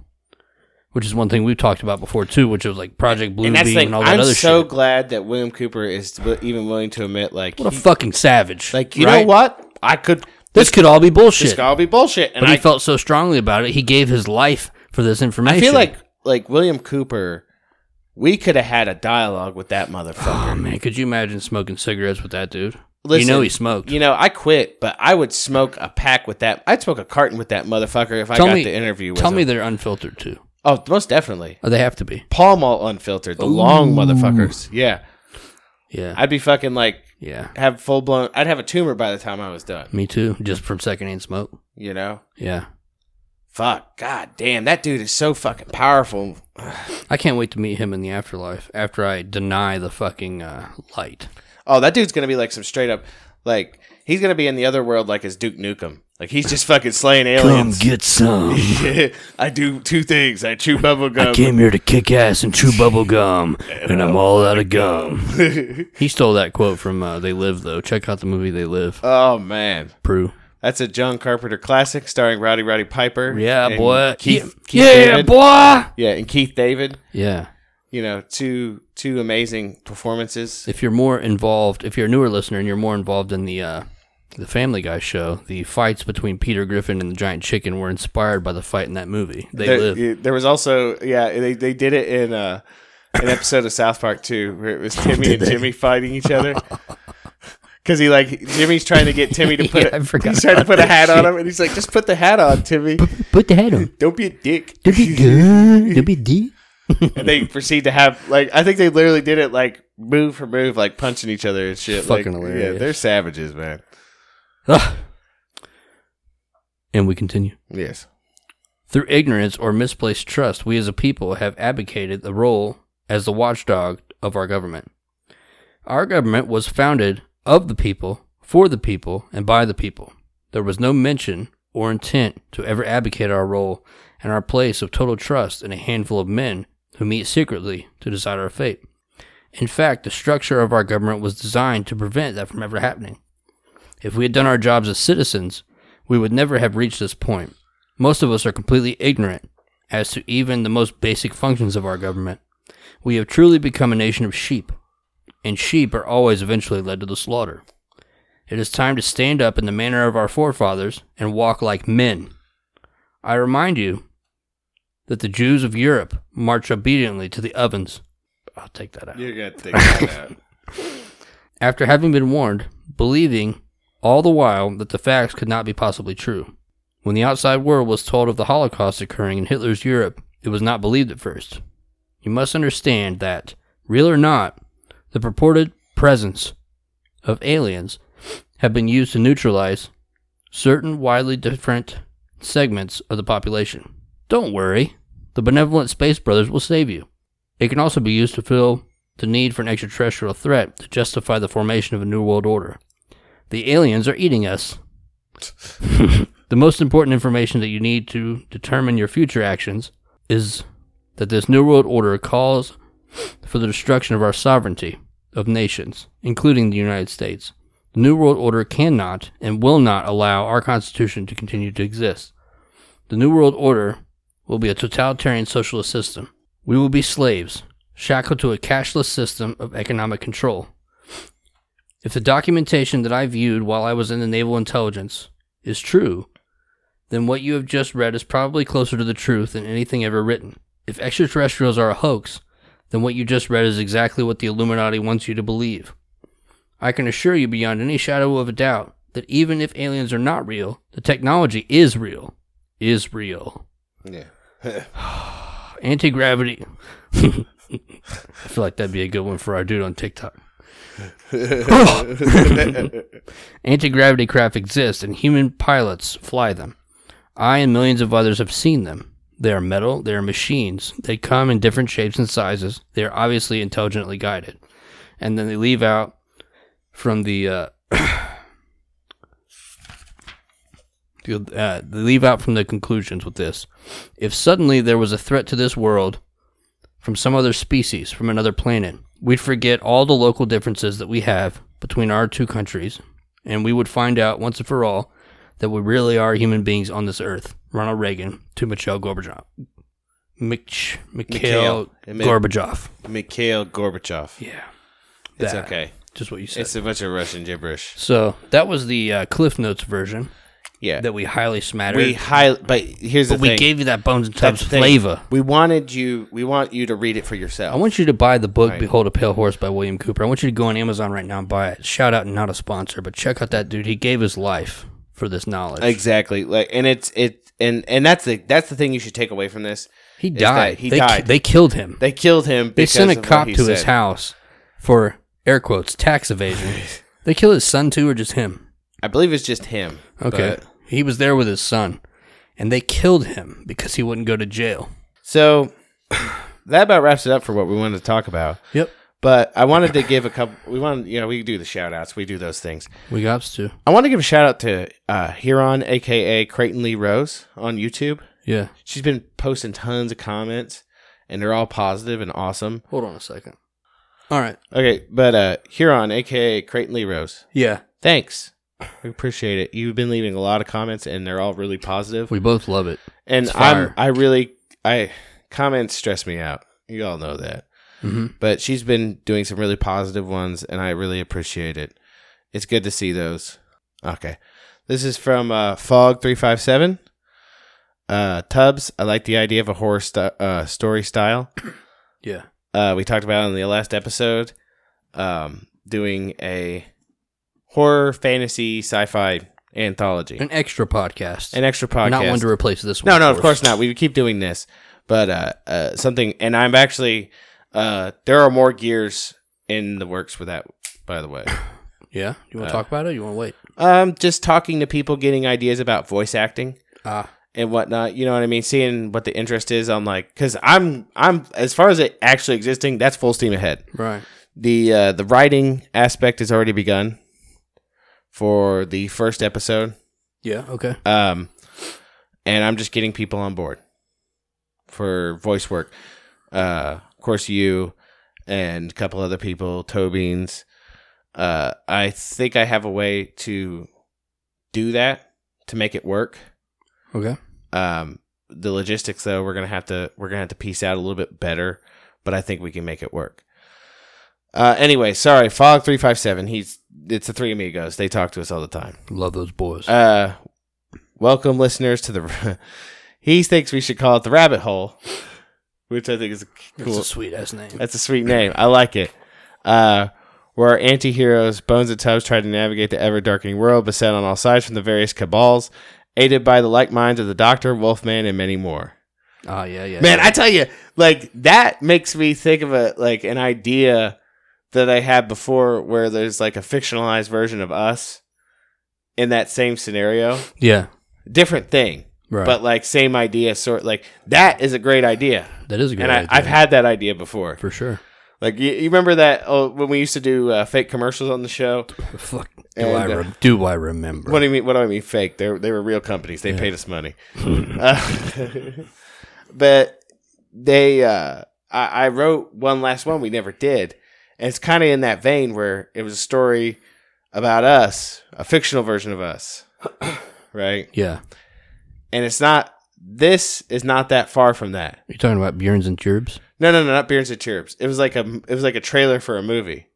which is one thing we've talked about before too, which was like Project Blue
and that's the
Beam
thing.
and all that
I'm
other
so
shit.
glad that William Cooper is wi- even willing to admit, like,
What a
he-
fucking savage!
like you
right?
know what? I could.
This could all be
This
bullshit.
could all be bullshit. And
But he
I,
felt so strongly about it, he gave his life for this information.
I feel like like William Cooper, we could have had a dialogue with that motherfucker.
oh man, could you imagine smoking cigarettes with that dude?
Listen,
you know he smoked.
You know, I quit, but I would smoke a pack with that. I'd smoke a carton with that motherfucker if I
tell
got
me
the interview. With
Tell
him.
me they're unfiltered too.
Oh, most definitely.
Oh, they have to be.
Palm all unfiltered, the long motherfuckers. Yeah,
Yeah,
I'd be fucking like
Yeah.
have full blown. I'd have a tumor by the time I was done.
Me too. Just from secondhand smoke.
You know,
Yeah.
fuck, god damn, that dude is so fucking powerful.
I can't wait to meet him in the afterlife after I deny the fucking uh, light.
Oh, that dude's gonna be like some straight up, like he's gonna be in the other world like as Duke Nukem. Like he's just fucking slaying aliens.
get some.
I do two things. I chew bubble gum.
here to kick ass and chew bubble gum, and I'm all out of gum. he stole that quote from uh, They Live, though. Check out the movie They Live.
oh man,
Prue.
that's a John Carpenter classic starring Rowdy Roddy Piper.
Yeah,
and
boy.
Keith,
yeah,
Keith
yeah,
David.
boy.
Yeah, and Keith David.
Yeah.
You know, two two amazing performances.
If you're more involved, if you're a newer listener and you're more involved in the uh, the Family Guy show, the fights between Peter Griffin and the Giant Chicken were inspired by the fight in that movie. They
there,
Live.
yeah, there was also yeah they, they did it in uh, an episode of South Park too where it was Timmy and Jimmy fighting each other because he like Jimmy's trying to get Timmy to put
Yeah,
a-
I forgot
he's trying to put a hat on him and he's like just put the hat on Timmy
Put the head on.
don't be a dick
Don't be good. Don't be deep.
and they proceed to have like I think they literally did it like move for move like punching each other and shit like,
Fucking hilarious.
yeah they're savages man
And we continue.
yes
Through ignorance or misplaced trust, we as a people have abdicated the role as the watchdog of our government. Our government was founded of the people, for the people, and by the people. There was no mention or intent to ever abdicate our role and our place of total trust in a handful of men who meet secretly to decide our fate. In fact, the structure of our government was designed to prevent that from ever happening. If we had done our jobs as citizens, we would never have reached this point. Most of us are completely ignorant as to even the most basic functions of our government. We have truly become a nation of sheep, and sheep are always eventually led to the slaughter. It is time to stand up in the manner of our forefathers and walk like men. I remind you that the Jews of Europe march obediently to the ovens. I'll take that out
you're gonna think that out.
after having been warned, believing all the while that the facts could not be possibly true. When the outside world was told of the Holocaust occurring in Hitler's Europe, it was not believed at first. You must understand that, real or not, the purported presence of aliens have been used to neutralize certain widely different segments of the population. Don't worry, the benevolent space brothers will save you. It can also be used to fill the need for an extraterrestrial threat to justify the formation of a new world order. The aliens are eating us. the most important information that you need to determine your future actions is that this new world order calls for the destruction of our sovereignty of nations, including the United States. The new world order cannot and will not allow our constitution to continue to exist. The new world order will be a totalitarian socialist system. We will be slaves, shackled to a cashless system of economic control. If the documentation that I viewed while I was in the Naval Intelligence is true, then what you have just read is probably closer to the truth than anything ever written. If extraterrestrials are a hoax, then what you just read is exactly what the Illuminati wants you to believe. I can assure you beyond any shadow of a doubt that even if aliens are not real, the technology is real. Is real
yeah
anti gravity. I feel like that'd be a good one for our dude on TikTok. anti gravity craft exist, and human pilots fly them. I and millions of others have seen them. They are metal, they are machines. They come in different shapes and sizes. They are obviously intelligently guided. And then they leave out from the. Uh, the, uh, they leave out from the conclusions with this. If suddenly there was a threat to this world from some other species, from another planet, we'd forget all the local differences that we have between our two countries, and we would find out once and for all that we really are human beings on this earth. Ronald Reagan to Mikhail Gorbachev. Mich- Mikhail
Mikhail.
Gorbachev.
Mikhail Gorbachev
Yeah.
it's
That.
okay
Just what you said.
it's a bunch of Russian gibberish
so that was the uh, Cliff Notes version
yeah
that we highly smattered.
we high but here's
but
the
we
thing
gave you that Bones and
That's
Tubbs
the thing.
flavor.
we wanted you we want you to read it for
I
yourself
want you to buy the book
Right.
Behold a Pale Horse by William Cooper. I want you to go on Amazon right now and buy it. Shout out and not a sponsor, but check out that dude. He gave his life for this knowledge.
exactly like and it's it and and that's the that's the thing you should take away from this
he
that
died.
he
they,
died.
they killed him. They,
they killed him
sent a
because of what
cop
he
to his
said.
house for air quotes tax evasion They kill his son too, or just him?
I believe it's just him.
Okay.
but-
He was there with his son, and they killed him because he wouldn't go to jail.
so that about wraps it up for what we wanted to talk about.
Yep.
But I wanted to give a couple. We want, you know, we do the shout outs. We do those things.
We got to.
I want to give a shout out to uh, Huron, aka Creighton Lee Rose, on YouTube.
Yeah.
She's been posting tons of comments, and they're all positive and awesome.
Hold on a second. All right.
Okay, but uh, Huron, aka Creighton Lee Rose,
Yeah.
thanks. We appreciate it. You've been leaving a lot of comments, and they're all really positive.
We both love it.
and
It's
I'm,
fire.
I really, I comments stress me out. You all know that.
Mm-hmm.
But she's been doing some really positive ones, and I really appreciate it. It's good to see those. Okay. This is from uh, Fog357. Uh, Tubbs, I like the idea of a horror st- uh, story style.
Yeah.
Uh, we talked about it in the last episode um, doing a horror, fantasy, sci fi anthology,
An extra podcast.
an extra podcast.
Not one to replace this one.
No, no, of course not. We keep doing this, but uh, uh, something, and I'm actually uh, there are more gears in the works for that. By the way,
Yeah. You want to
Uh,
talk about it? Or you want to wait?
um, just talking to people, getting ideas about voice acting
Ah.
and whatnot. You know what I mean? Seeing what the interest is on like, because I'm, I'm as far as it actually existing, that's full steam ahead.
Right.
the uh, The writing aspect has already begun for the first episode.
Yeah. Okay.
Um, and I'm just getting people on board for voice work. Uh, of course, you and a couple other people, Tobin's. Uh, I think I have a way to do that to make it work.
Okay.
Um, the logistics, though, we're gonna have to we're gonna have to piece out a little bit better, but I think we can make it work. Uh, anyway, sorry, Fog three five seven. He's it's the three amigos. They talk to us all the time.
Love those boys.
Uh, welcome listeners to the. he thinks we should call it the rabbit hole, which I think is a
That's
cool. Uh,
a sweet ass name.
That's a sweet name. I like it. Uh, where our anti-heroes, Bones and Tubbs, try to navigate the ever-darkening world beset on all sides from the various cabals, aided by the like minds of the Doctor, Wolfman, and many more.
Ah, yeah, yeah.
Man, I tell you, like that makes me think of a like an idea that I had before, where there's like a fictionalized version of us in that same scenario
yeah.
different thing,
Right.
but like same idea. Sort like that is a great idea,
that is a good
and I,
idea.
I've had that idea before.
for sure.
Like you, you remember that oh, when we used to do uh, fake commercials on the show?
Fuck. Do I
And, uh,
re- do I remember?
What do you mean? What do I mean? Fake? They they were real companies. They paid us money, Uh, but they. Uh, I, I wrote one last one we never did, and it's kind of in that vein where it was a story about us, a fictional version of us, right?
yeah.
and it's not this is not that far from that.
You're talking about Bjorns and Jubes?
No, no, no, not Beards and Chirps. It was like a it was like a trailer for a movie.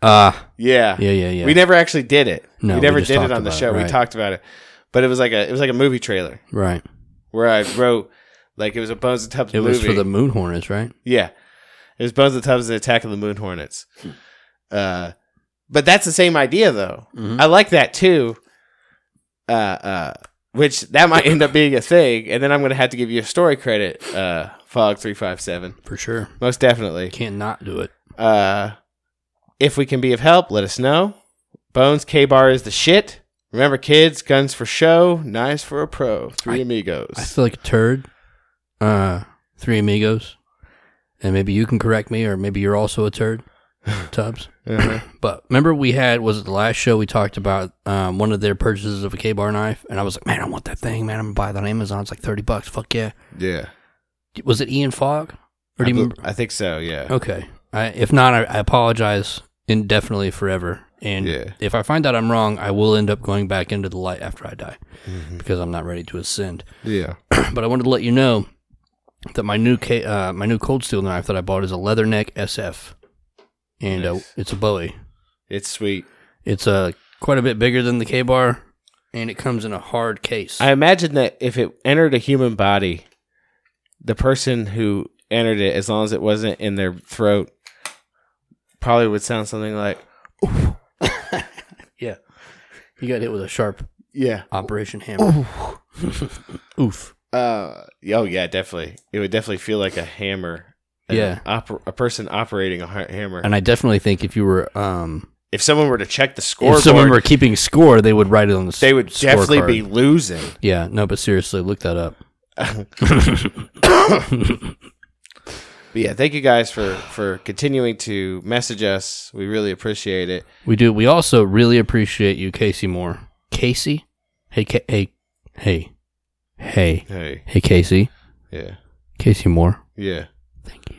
Ah,
Yeah.
yeah, yeah, yeah.
Uh, We never actually did it.
No,
we
we
never
just
did it
talked
on the
about it,
show.
right.
We talked about it. But it was like a it was like a movie trailer
right.
where I wrote like it was a Bones and Tubbs
It
movie.
was for the Moon Hornets, right?
yeah. It was Bones and Tubbs and Attack of the Moon Hornets. Uh but that's the same idea though.
Mhm.
I like that too. Uh uh which that might end up being a thing, and then I'm gonna have to give you a story credit, uh Fog three five seven.
For sure.
Most definitely.
Can't not do it.
Uh, if we can be of help, let us know. Bones K Bar is the shit. Remember, kids, guns for show, knives for a pro. Three
I-
amigos.
I feel like a turd. Uh, three amigos, and maybe you can correct me, or maybe you're also a turd, Tubbs.
Uh-huh.
But remember, we had was it the last show we talked about um, one of their purchases of a K bar knife, and I was like, man, I want that thing, man. I'm gonna buy it on Amazon. It's like thirty bucks. Fuck yeah.
yeah.
Was it Ian Fogg? Or do
I,
you Oh.
bel-
remember?
I think so. Yeah.
Okay. I, if not, I, I apologize indefinitely forever. And
Yeah.
if I find out I'm wrong, I will end up going back into the light after I die because I'm not ready to ascend.
Mm-hmm. Yeah.
but I wanted to let you know that my new K, uh, my new cold steel knife that I bought is a Leatherneck SF, and uh,
Nice.
it's a Bowie.
It's sweet.
It's uh, quite a bit bigger than the K bar, and it comes in a hard case.
I imagine that if it entered a human body, the person who entered it, as long as it wasn't in their throat, probably would sound something like,
yeah, you got hit with a sharp
yeah.
operation hammer. Oof.
Uh, oh yeah, definitely. It would definitely feel like a hammer. An
Yeah.
oper- a person operating a ha- hammer.
And I definitely think if you were um,
if someone were to check the
If
scoreboard,
someone were keeping score, they would write it on the. s-
they would definitely
scorecard.
be losing.
Yeah, no, but seriously, look that up.
But yeah, thank you guys for for continuing to message us. We really appreciate it.
We do. We also really appreciate you, Casey Moore. Casey, hey, Ca- hey, hey, hey,
Hey,
hey, Casey,
yeah,
Casey Moore.
yeah.
Thank you.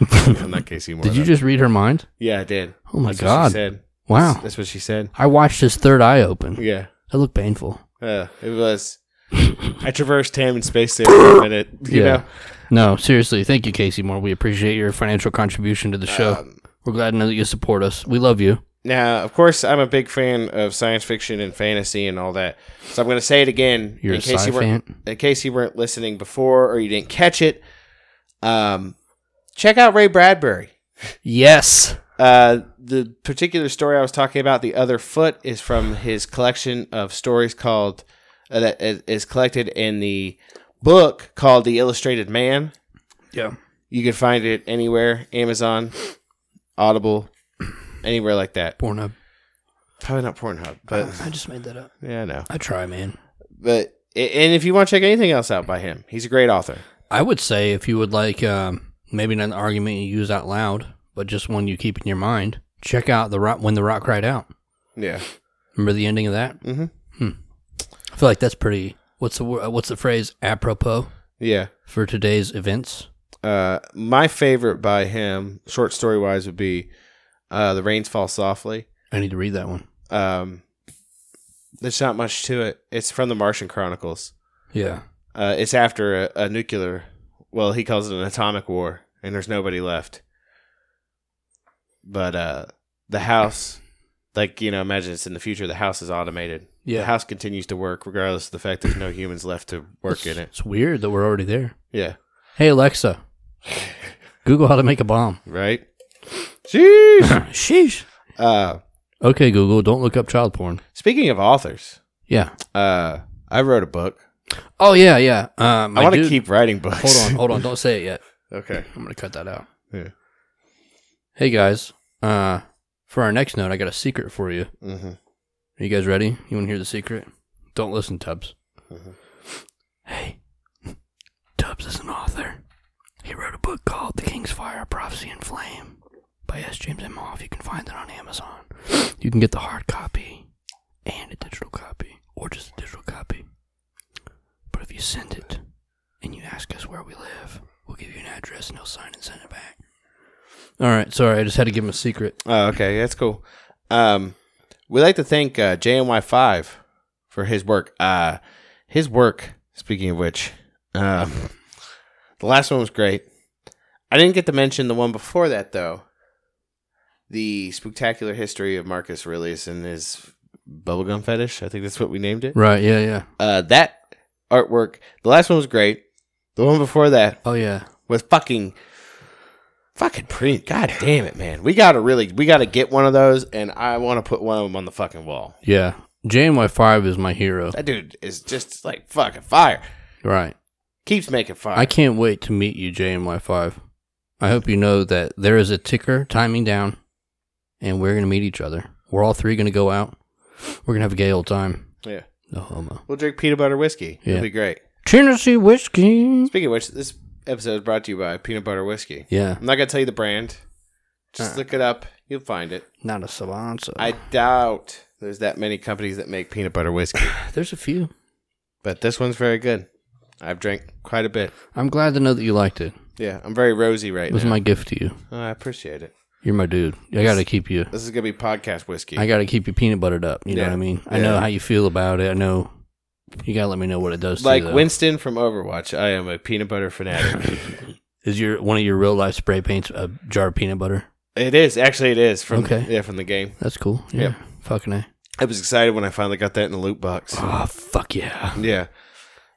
I'm not, I'm not Casey Moore.
Did you
though.
just read her mind?
Yeah, I did.
Oh my
That's what she
god!
said.
Wow.
That's, that's what she said.
I watched his third eye open.
Yeah,
That looked painful.
uh, it was. I traversed time and space there for a minute. You
Yeah.
know,
No, seriously, thank you, Casey Moore. We appreciate your financial contribution to the show. We're glad to know that you support us. We love you.
Now, of course, I'm a big fan of science fiction and fantasy and all that. So I'm going to say it again
You're a
in case you
sci
weren't
fan.
in case you weren't listening before or you didn't catch it. Um, check out Ray Bradbury.
Yes.
Uh, the particular story I was talking about, the other foot, is from his collection of stories called uh, that is is collected in the book called The Illustrated Man.
Yeah.
You can find it anywhere: Amazon, Audible, anywhere like that.
Pornhub.
Probably not Pornhub, but
I just made that up.
yeah, I know.
I try, man.
But and if you want to check anything else out by him, he's a great author.
I would say if you would like, um, maybe not an argument you use out loud, but just one you keep in your mind, check out the rock when the rock cried out.
Yeah.
Remember the ending of that? Hmm.
Mm-hmm.
I feel like that's pretty. What's the wor- what's the phrase apropos
Yeah.
for today's events?
Uh, my favorite by him, short story wise, would be uh, "The Rains Fall Softly."
I need to read that one.
Um, there's not much to it. It's from the Martian Chronicles.
Yeah.
Uh, it's after a, a nuclear, well, he calls it an atomic war, and there's nobody left. But uh, the house, like you know, imagine it's in the future. The house is automated.
Yeah.
The house continues to work regardless of the fact there's no humans left to work in it.
It's weird that we're already there.
Yeah.
Hey Alexa, Google how to make a bomb.
Right? Jeez.
Sheesh.
uh,
Okay, Google, don't look up child porn.
speaking of authors,
Yeah.
uh, I wrote a book.
Oh yeah, yeah. Uh, my
I want to
dude-
keep writing books.
Hold on, hold on. Don't say it yet.
Okay.
I'm gonna cut that out.
Yeah.
Hey guys, uh, for our next note, I got a secret for you.
Mm-hmm.
Are you guys ready? You want to hear the secret? Don't listen, Tubbs.
Mm-hmm.
Hey, Tubbs is an author. He wrote a book called The King's Fire: Prophecy and Flame by S. James M. Hoff. You can find that on Amazon. You can get the hard copy and a digital copy, or just a digital copy. But if you send it and you ask us where we live, we'll give you an address and he'll sign and send it back. All right, sorry, I just had to give him a secret.
Oh, okay. That's cool. Um, we'd like to thank uh, JNY5 for his work. Uh, his work, speaking of which, um, the last one was great. I didn't get to mention the one before that, though. The spectacular history of Marcus Aurelius and his bubblegum fetish. I think that's what we named it.
Right, yeah, yeah.
Uh, that artwork, the last one was great. The one before that
Oh, yeah.
was fucking fucking pretty. God damn it, man. We gotta really we gotta get one of those and I wanna put one of them on the fucking wall.
Yeah. JNY5 is my hero.
That dude is just like fucking fire.
Right.
Keeps making fire.
I can't wait to meet you, JNY5. I hope you know that there is a ticker timing down, and we're going to meet each other. We're all three going to go out. We're going to have a gay old time.
yeah.
No homo.
We'll drink peanut butter whiskey.
Yeah.
It'll be great.
Tennessee whiskey.
Speaking of which, this episode is brought to you by peanut butter whiskey.
Yeah.
I'm not gonna tell you the brand. Just
Uh.
look it up. You'll find it.
Not a sponsor.
I doubt there's that many companies that make peanut butter whiskey.
There's a few.
but this one's very good. I've drank quite a bit.
I'm glad to know that you liked it.
Yeah, I'm very rosy right
It was
now.
my gift to you.
Oh, I appreciate it.
You're my dude. I got to keep you.
This is gonna be podcast whiskey.
I got to keep you peanut buttered up. You know
Yeah.
what I mean? I
Yeah.
know how you feel about it. I know. You got to let me know what it does
like
to you. though.
Winston from Overwatch, I am a peanut butter fanatic.
Is your one of your real life spray paints a jar of peanut butter?
it is actually it is from
Okay.
yeah from the game.
That's cool. Yeah.
Yep.
Fucking A.
I was excited when I finally got that in the loot box.
Oh, fuck yeah.
Ah, yeah,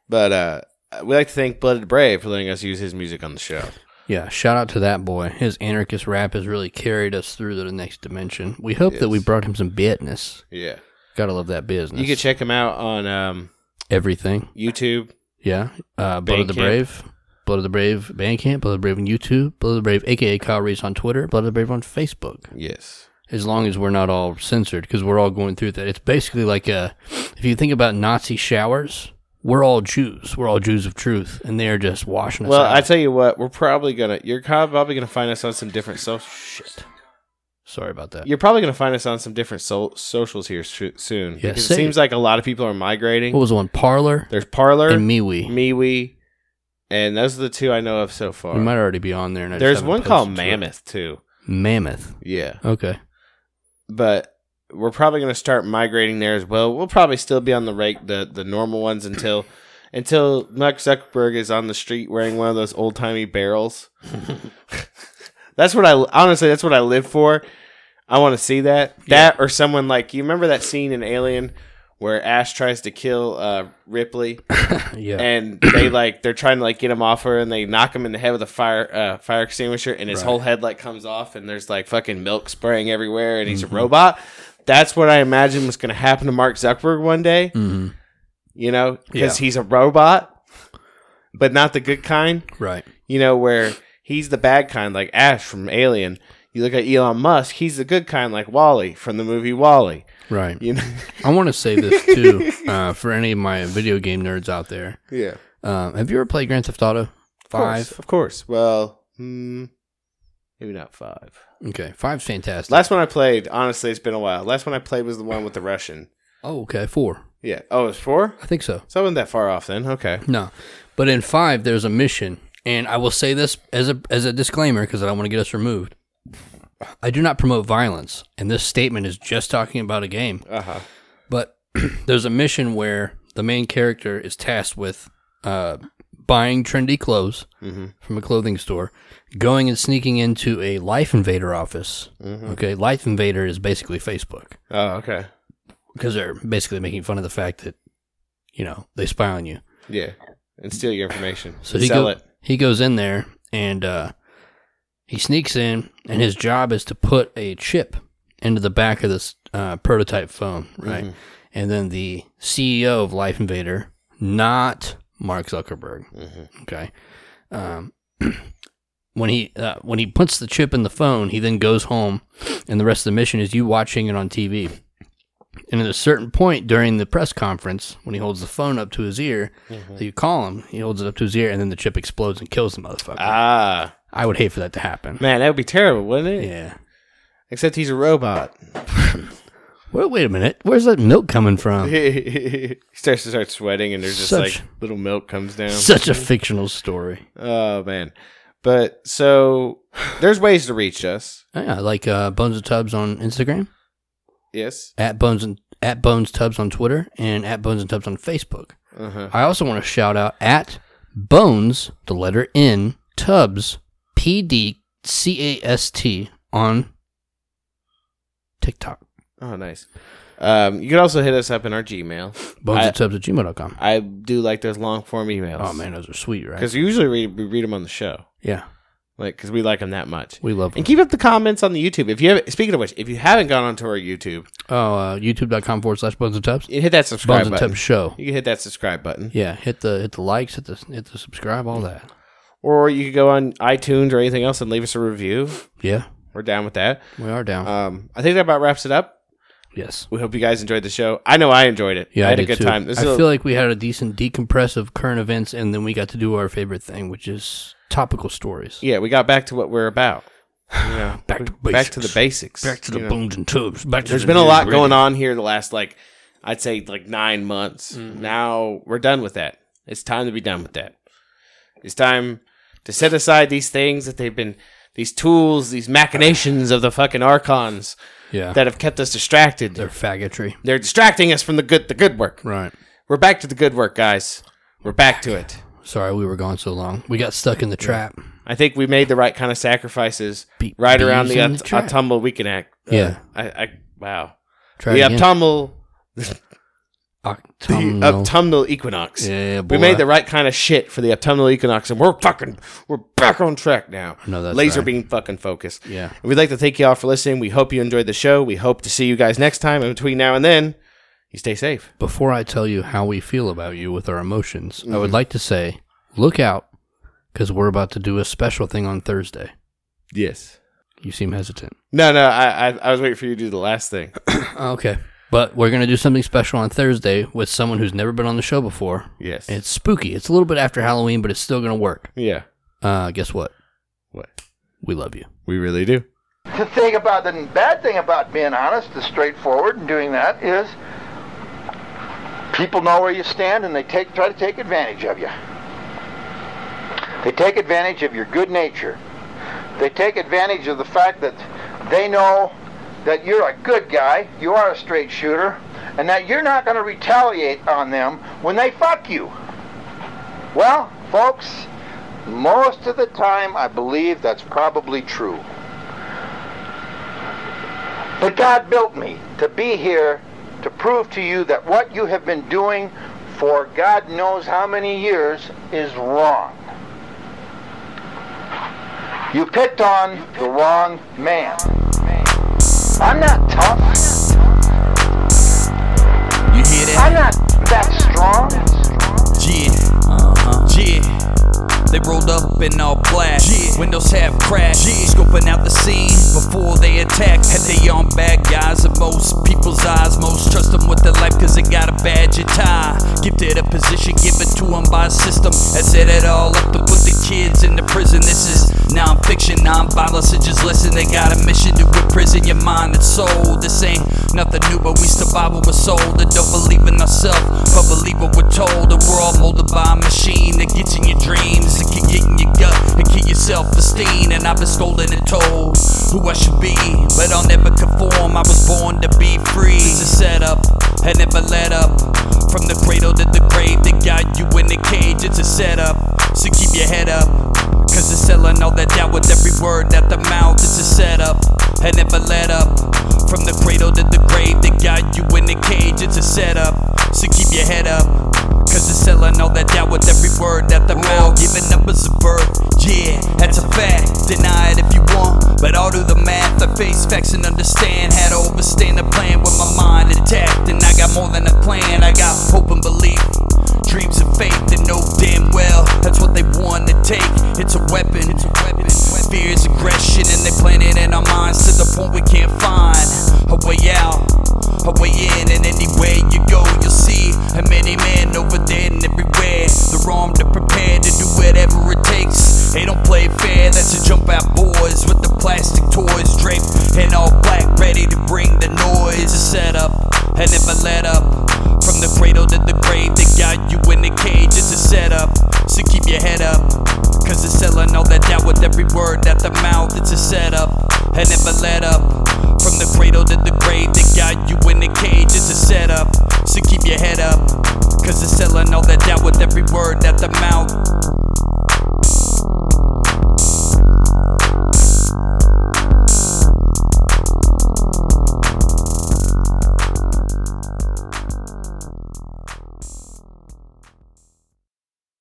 but uh, we like to thank Blooded Brave for letting us use his music on the show.
Yeah. Shout out to that boy. His anarchist rap has really carried us through to the next dimension. We hope that we
Yes.
brought him some business.
Yeah,
Gotta love that business.
you can check him out on um,
everything.
YouTube.
Yeah. Uh, Blood of the
Bandcamp.
Brave. Blood of the Brave Bandcamp. Blood of the Brave on YouTube. Blood of the Brave, aka Kyle Reese on Twitter. Blood of the Brave on Facebook.
Yes,
as long as we're not all censored because we're all going through that. It's basically like a, if you think about Nazi showers, we're all Jews. We're all Jews of truth, and they are just washing us.
Well,
out.
I tell you what, we're probably gonna you're probably gonna find us on some different social
shit. Sorry about that.
you're probably gonna find us on some different so- socials here sh- soon.
Yeah,
because it
say-
seems like a lot of people are migrating.
What was the one? Parlor
There's Parlor,
and MeWe.
MeWe, and those are the two I know of so far.
We might already be on there. And I just
There's
haven't
one called
posted to it.
Mammoth too.
Mammoth.
Yeah,
Okay.
but we're probably going to start migrating there as well. We'll probably still be on the rake, the the normal ones until until Mark Zuckerberg is on the street wearing one of those old timey barrels. that's what I honestly. That's what I live for. I want to see that. That or someone like you remember that scene in Alien where Ash tries to kill uh, Ripley
Yeah.
and they like they're trying to like get him off her and they knock him in the head with a fire uh, fire extinguisher and his
Right.
whole head like comes off and there's like fucking milk spraying everywhere and
Mm-hmm.
he's a robot. That's what I imagine was going to happen to Mark Zuckerberg one day.
Mm-hmm.
You know, because
Yeah.
he's a robot, but not the good kind.
right.
You know where he's the bad kind, like Ash from Alien. You look at Elon Musk; he's the good kind, like Wally from the movie Wally.
Right.
You know,
I want to say this too uh, for any of my video game nerds out there.
yeah.
Um, have you ever played Grand Theft Auto Five?
of course. Well, hmm, maybe not five.
Okay, five's fantastic.
Last one I played, honestly, it's been a while. Last one I played was the one with the Russian.
oh, okay, four.
Yeah. Oh, it was four?
I think so.
So I wasn't that far off then. Okay.
No, but in five there's a mission, and I will say this as a as a disclaimer because I don't want to get us removed. I do not promote violence, and this statement is just talking about a game.
Uh huh.
But there's a mission where the main character is tasked with uh, buying trendy clothes from a clothing store, going and sneaking into a Life Invader office. Okay, Life Invader is basically Facebook
Oh, okay.
because they're basically making fun of the fact that you know they spy on you.
Yeah. And steal your information.
So
And
he
sell
go-
it.
he goes in there and uh, he sneaks in, and his job is to put a chip into the back of this uh, prototype phone, right?
Mm-hmm.
And then the CEO of Life Invader, not Mark Zuckerberg, okay. Um, when he uh, when he puts the chip in the phone, he then goes home, and the rest of the mission is you watching it on TV. And at a certain point during the press conference, when he holds the phone up to his ear, you call him, he holds it up to his ear, and then the chip explodes and kills the motherfucker.
Ah.
I would hate for that to happen.
Man, that would be terrible, wouldn't it?
Yeah.
Except he's a robot.
Wait, wait a minute. Where's that milk coming from?
he starts to start sweating and there's just
Such-
like little milk comes down.
Such a fictional story.
oh, man. But so there's ways to reach us.
Yeah, like uh, Bones and Tubs on Instagram,
Yes.
at Bones and at Bones Tubs on Twitter, and at Bones and Tubs on Facebook.
Uh huh.
I also want to shout out at Bones, the letter N, Tubbs, P D C A S T on TikTok.
Oh, nice. Um, you can also hit us up in our Gmail.
Bones
I-
and Tubs at gmail.com.
I do like those long form emails.
Oh man, those are sweet, right?
because usually we, we read them on the show,
Yeah,
like because we like them that much.
we love them.
And keep up the comments on the YouTube. If you have, speaking of which, if you haven't gone onto our YouTube,
Oh, uh, youtube.com forward slash Bones and Tubs.
you hit that
Bones
subscribe
and
button.
Tubs show.
You can hit that subscribe button,
Yeah, hit the hit the likes, hit the hit the subscribe, all that.
or you could go on iTunes or anything else and leave us a review.
Yeah,
We're down with that.
we are down.
Um, I think that about wraps it up.
yes.
We hope you guys enjoyed the show. I know I enjoyed it.
Yeah,
I had a
did
good
too.
time. This
I
is a-
feel like we had a decent decompress of current events, and then we got to do our favorite thing, which is topical stories.
yeah, we got back to what we're about. You know,
Back to
back to the
basics.
basics.
Back to the
you know.
bones and tubs. Back to
There's
the
been a lot
nitty-gritty.
going on here the last like I'd say like nine months.
Mm-hmm.
Now we're done with that. It's time to be done with that. It's time to set aside these things that they've been these tools, these machinations of the fucking archons
Yeah,
that have kept us distracted.
they're
They're,
faggotry.
distracting us from the good the good work.
Right.
We're back to the good work, guys. We're back to it.
Sorry, we were gone so long. We got stuck in the trap.
I think we made the right kind of sacrifices
Be-
right around
bees
the,
in
aut-
the trap.
autumnal weekend act. Uh,
Yeah.
I, I wow.
Try
the
it again.
autumnal the
Autumnal.
autumnal equinox.
Yeah,
We
boy.
made the right kind of shit for the autumnal equinox, and we're fucking we're back on track now.
know that's
laser
right.
beam fucking focused.
Yeah.
And we'd like to thank you all for listening. We hope you enjoyed the show. We hope to see you guys next time. And between now and then, you stay safe.
Before I tell you how we feel about you with our emotions, I
Mm-hmm.
would like to say, look out, because we're about to do a special thing on Thursday.
Yes.
You seem hesitant.
No, no, I, I, I was waiting for you to do the last thing.
Uh, Okay. But we're going to do something special on Thursday with someone who's never been on the show before.
Yes.
And it's spooky. It's a little bit after Halloween, but it's still going to work.
yeah.
Uh, guess what?
What?
We love you.
We really do.
The thing about the bad thing about being honest, the straightforward, and doing that is people know where you stand and they take try to take advantage of you. They take advantage of your good nature. They take advantage of the fact that they know that you're a good guy, you are a straight shooter, and that you're not going to retaliate on them when they fuck you. Well, folks, most of the time I believe that's probably true. But God built me to be here to prove to you that what you have been doing for God knows how many years is wrong. You picked on the wrong man. I'm not tough.
You hear that?
I'm not that strong.
Yeah. Uh-huh. Yeah. They rolled up in all black. Yeah. Windows half cracked. Yeah. Scoping out the scene before they attack. Had they on bad guys in most people's eyes. Most trust them with their life cause they got a badge and tie. Gifted a position given to them by a system that set it all up to put the kids in the prison. This is non-fiction, non-violence. So just listen, they got a mission to imprison your mind and soul. This ain't nothing new, but we survival with soul that don't believe in ourselves, but believe what we're told. And we're all molded by a machine that gets in your dreams, that can get in your gut, and keep your self-esteem. And I've been stolen and told who I should be, but I'll never conform. I was born to be free. This is set up and never let up. From the cradle to the grave, they got you in a cage. It's a setup, so keep your head up. Cause they're selling all that doubt with every word at the mouth. It's a setup and never let up. From the cradle to the grave, they got you in a cage. It's a setup, so keep your head up. Cause they're selling all that doubt with every word at the mouth. Giving up is a birth, yeah, that's a fact. Deny it if you want, but I'll do the math. I face facts and understand how to overstand a plan with my mind intact. And I got more than a plan, I got hope and belief. Dreams and faith they know damn well that's what they want to take. It's a weapon. It's a weapon. Fear is aggression, and they plant it in our minds to the point we can't find a way out, a way in. And anywhere you go, you'll see a many men over there and everywhere. They're armed and prepared to do whatever it takes. They don't play fair. That's a jump out boys with the plastic toys draped in all black, ready to bring the noise. A setup and never let up. From the cradle to the grave, they got you in a cage. It's a setup, so keep your head up. Cause they're selling all that doubt with every word at the mouth. It's a setup, and never let up. From the cradle to the grave, they got you in a cage. It's a setup, so keep your head up. Cause they're selling all that doubt with every word at the mouth.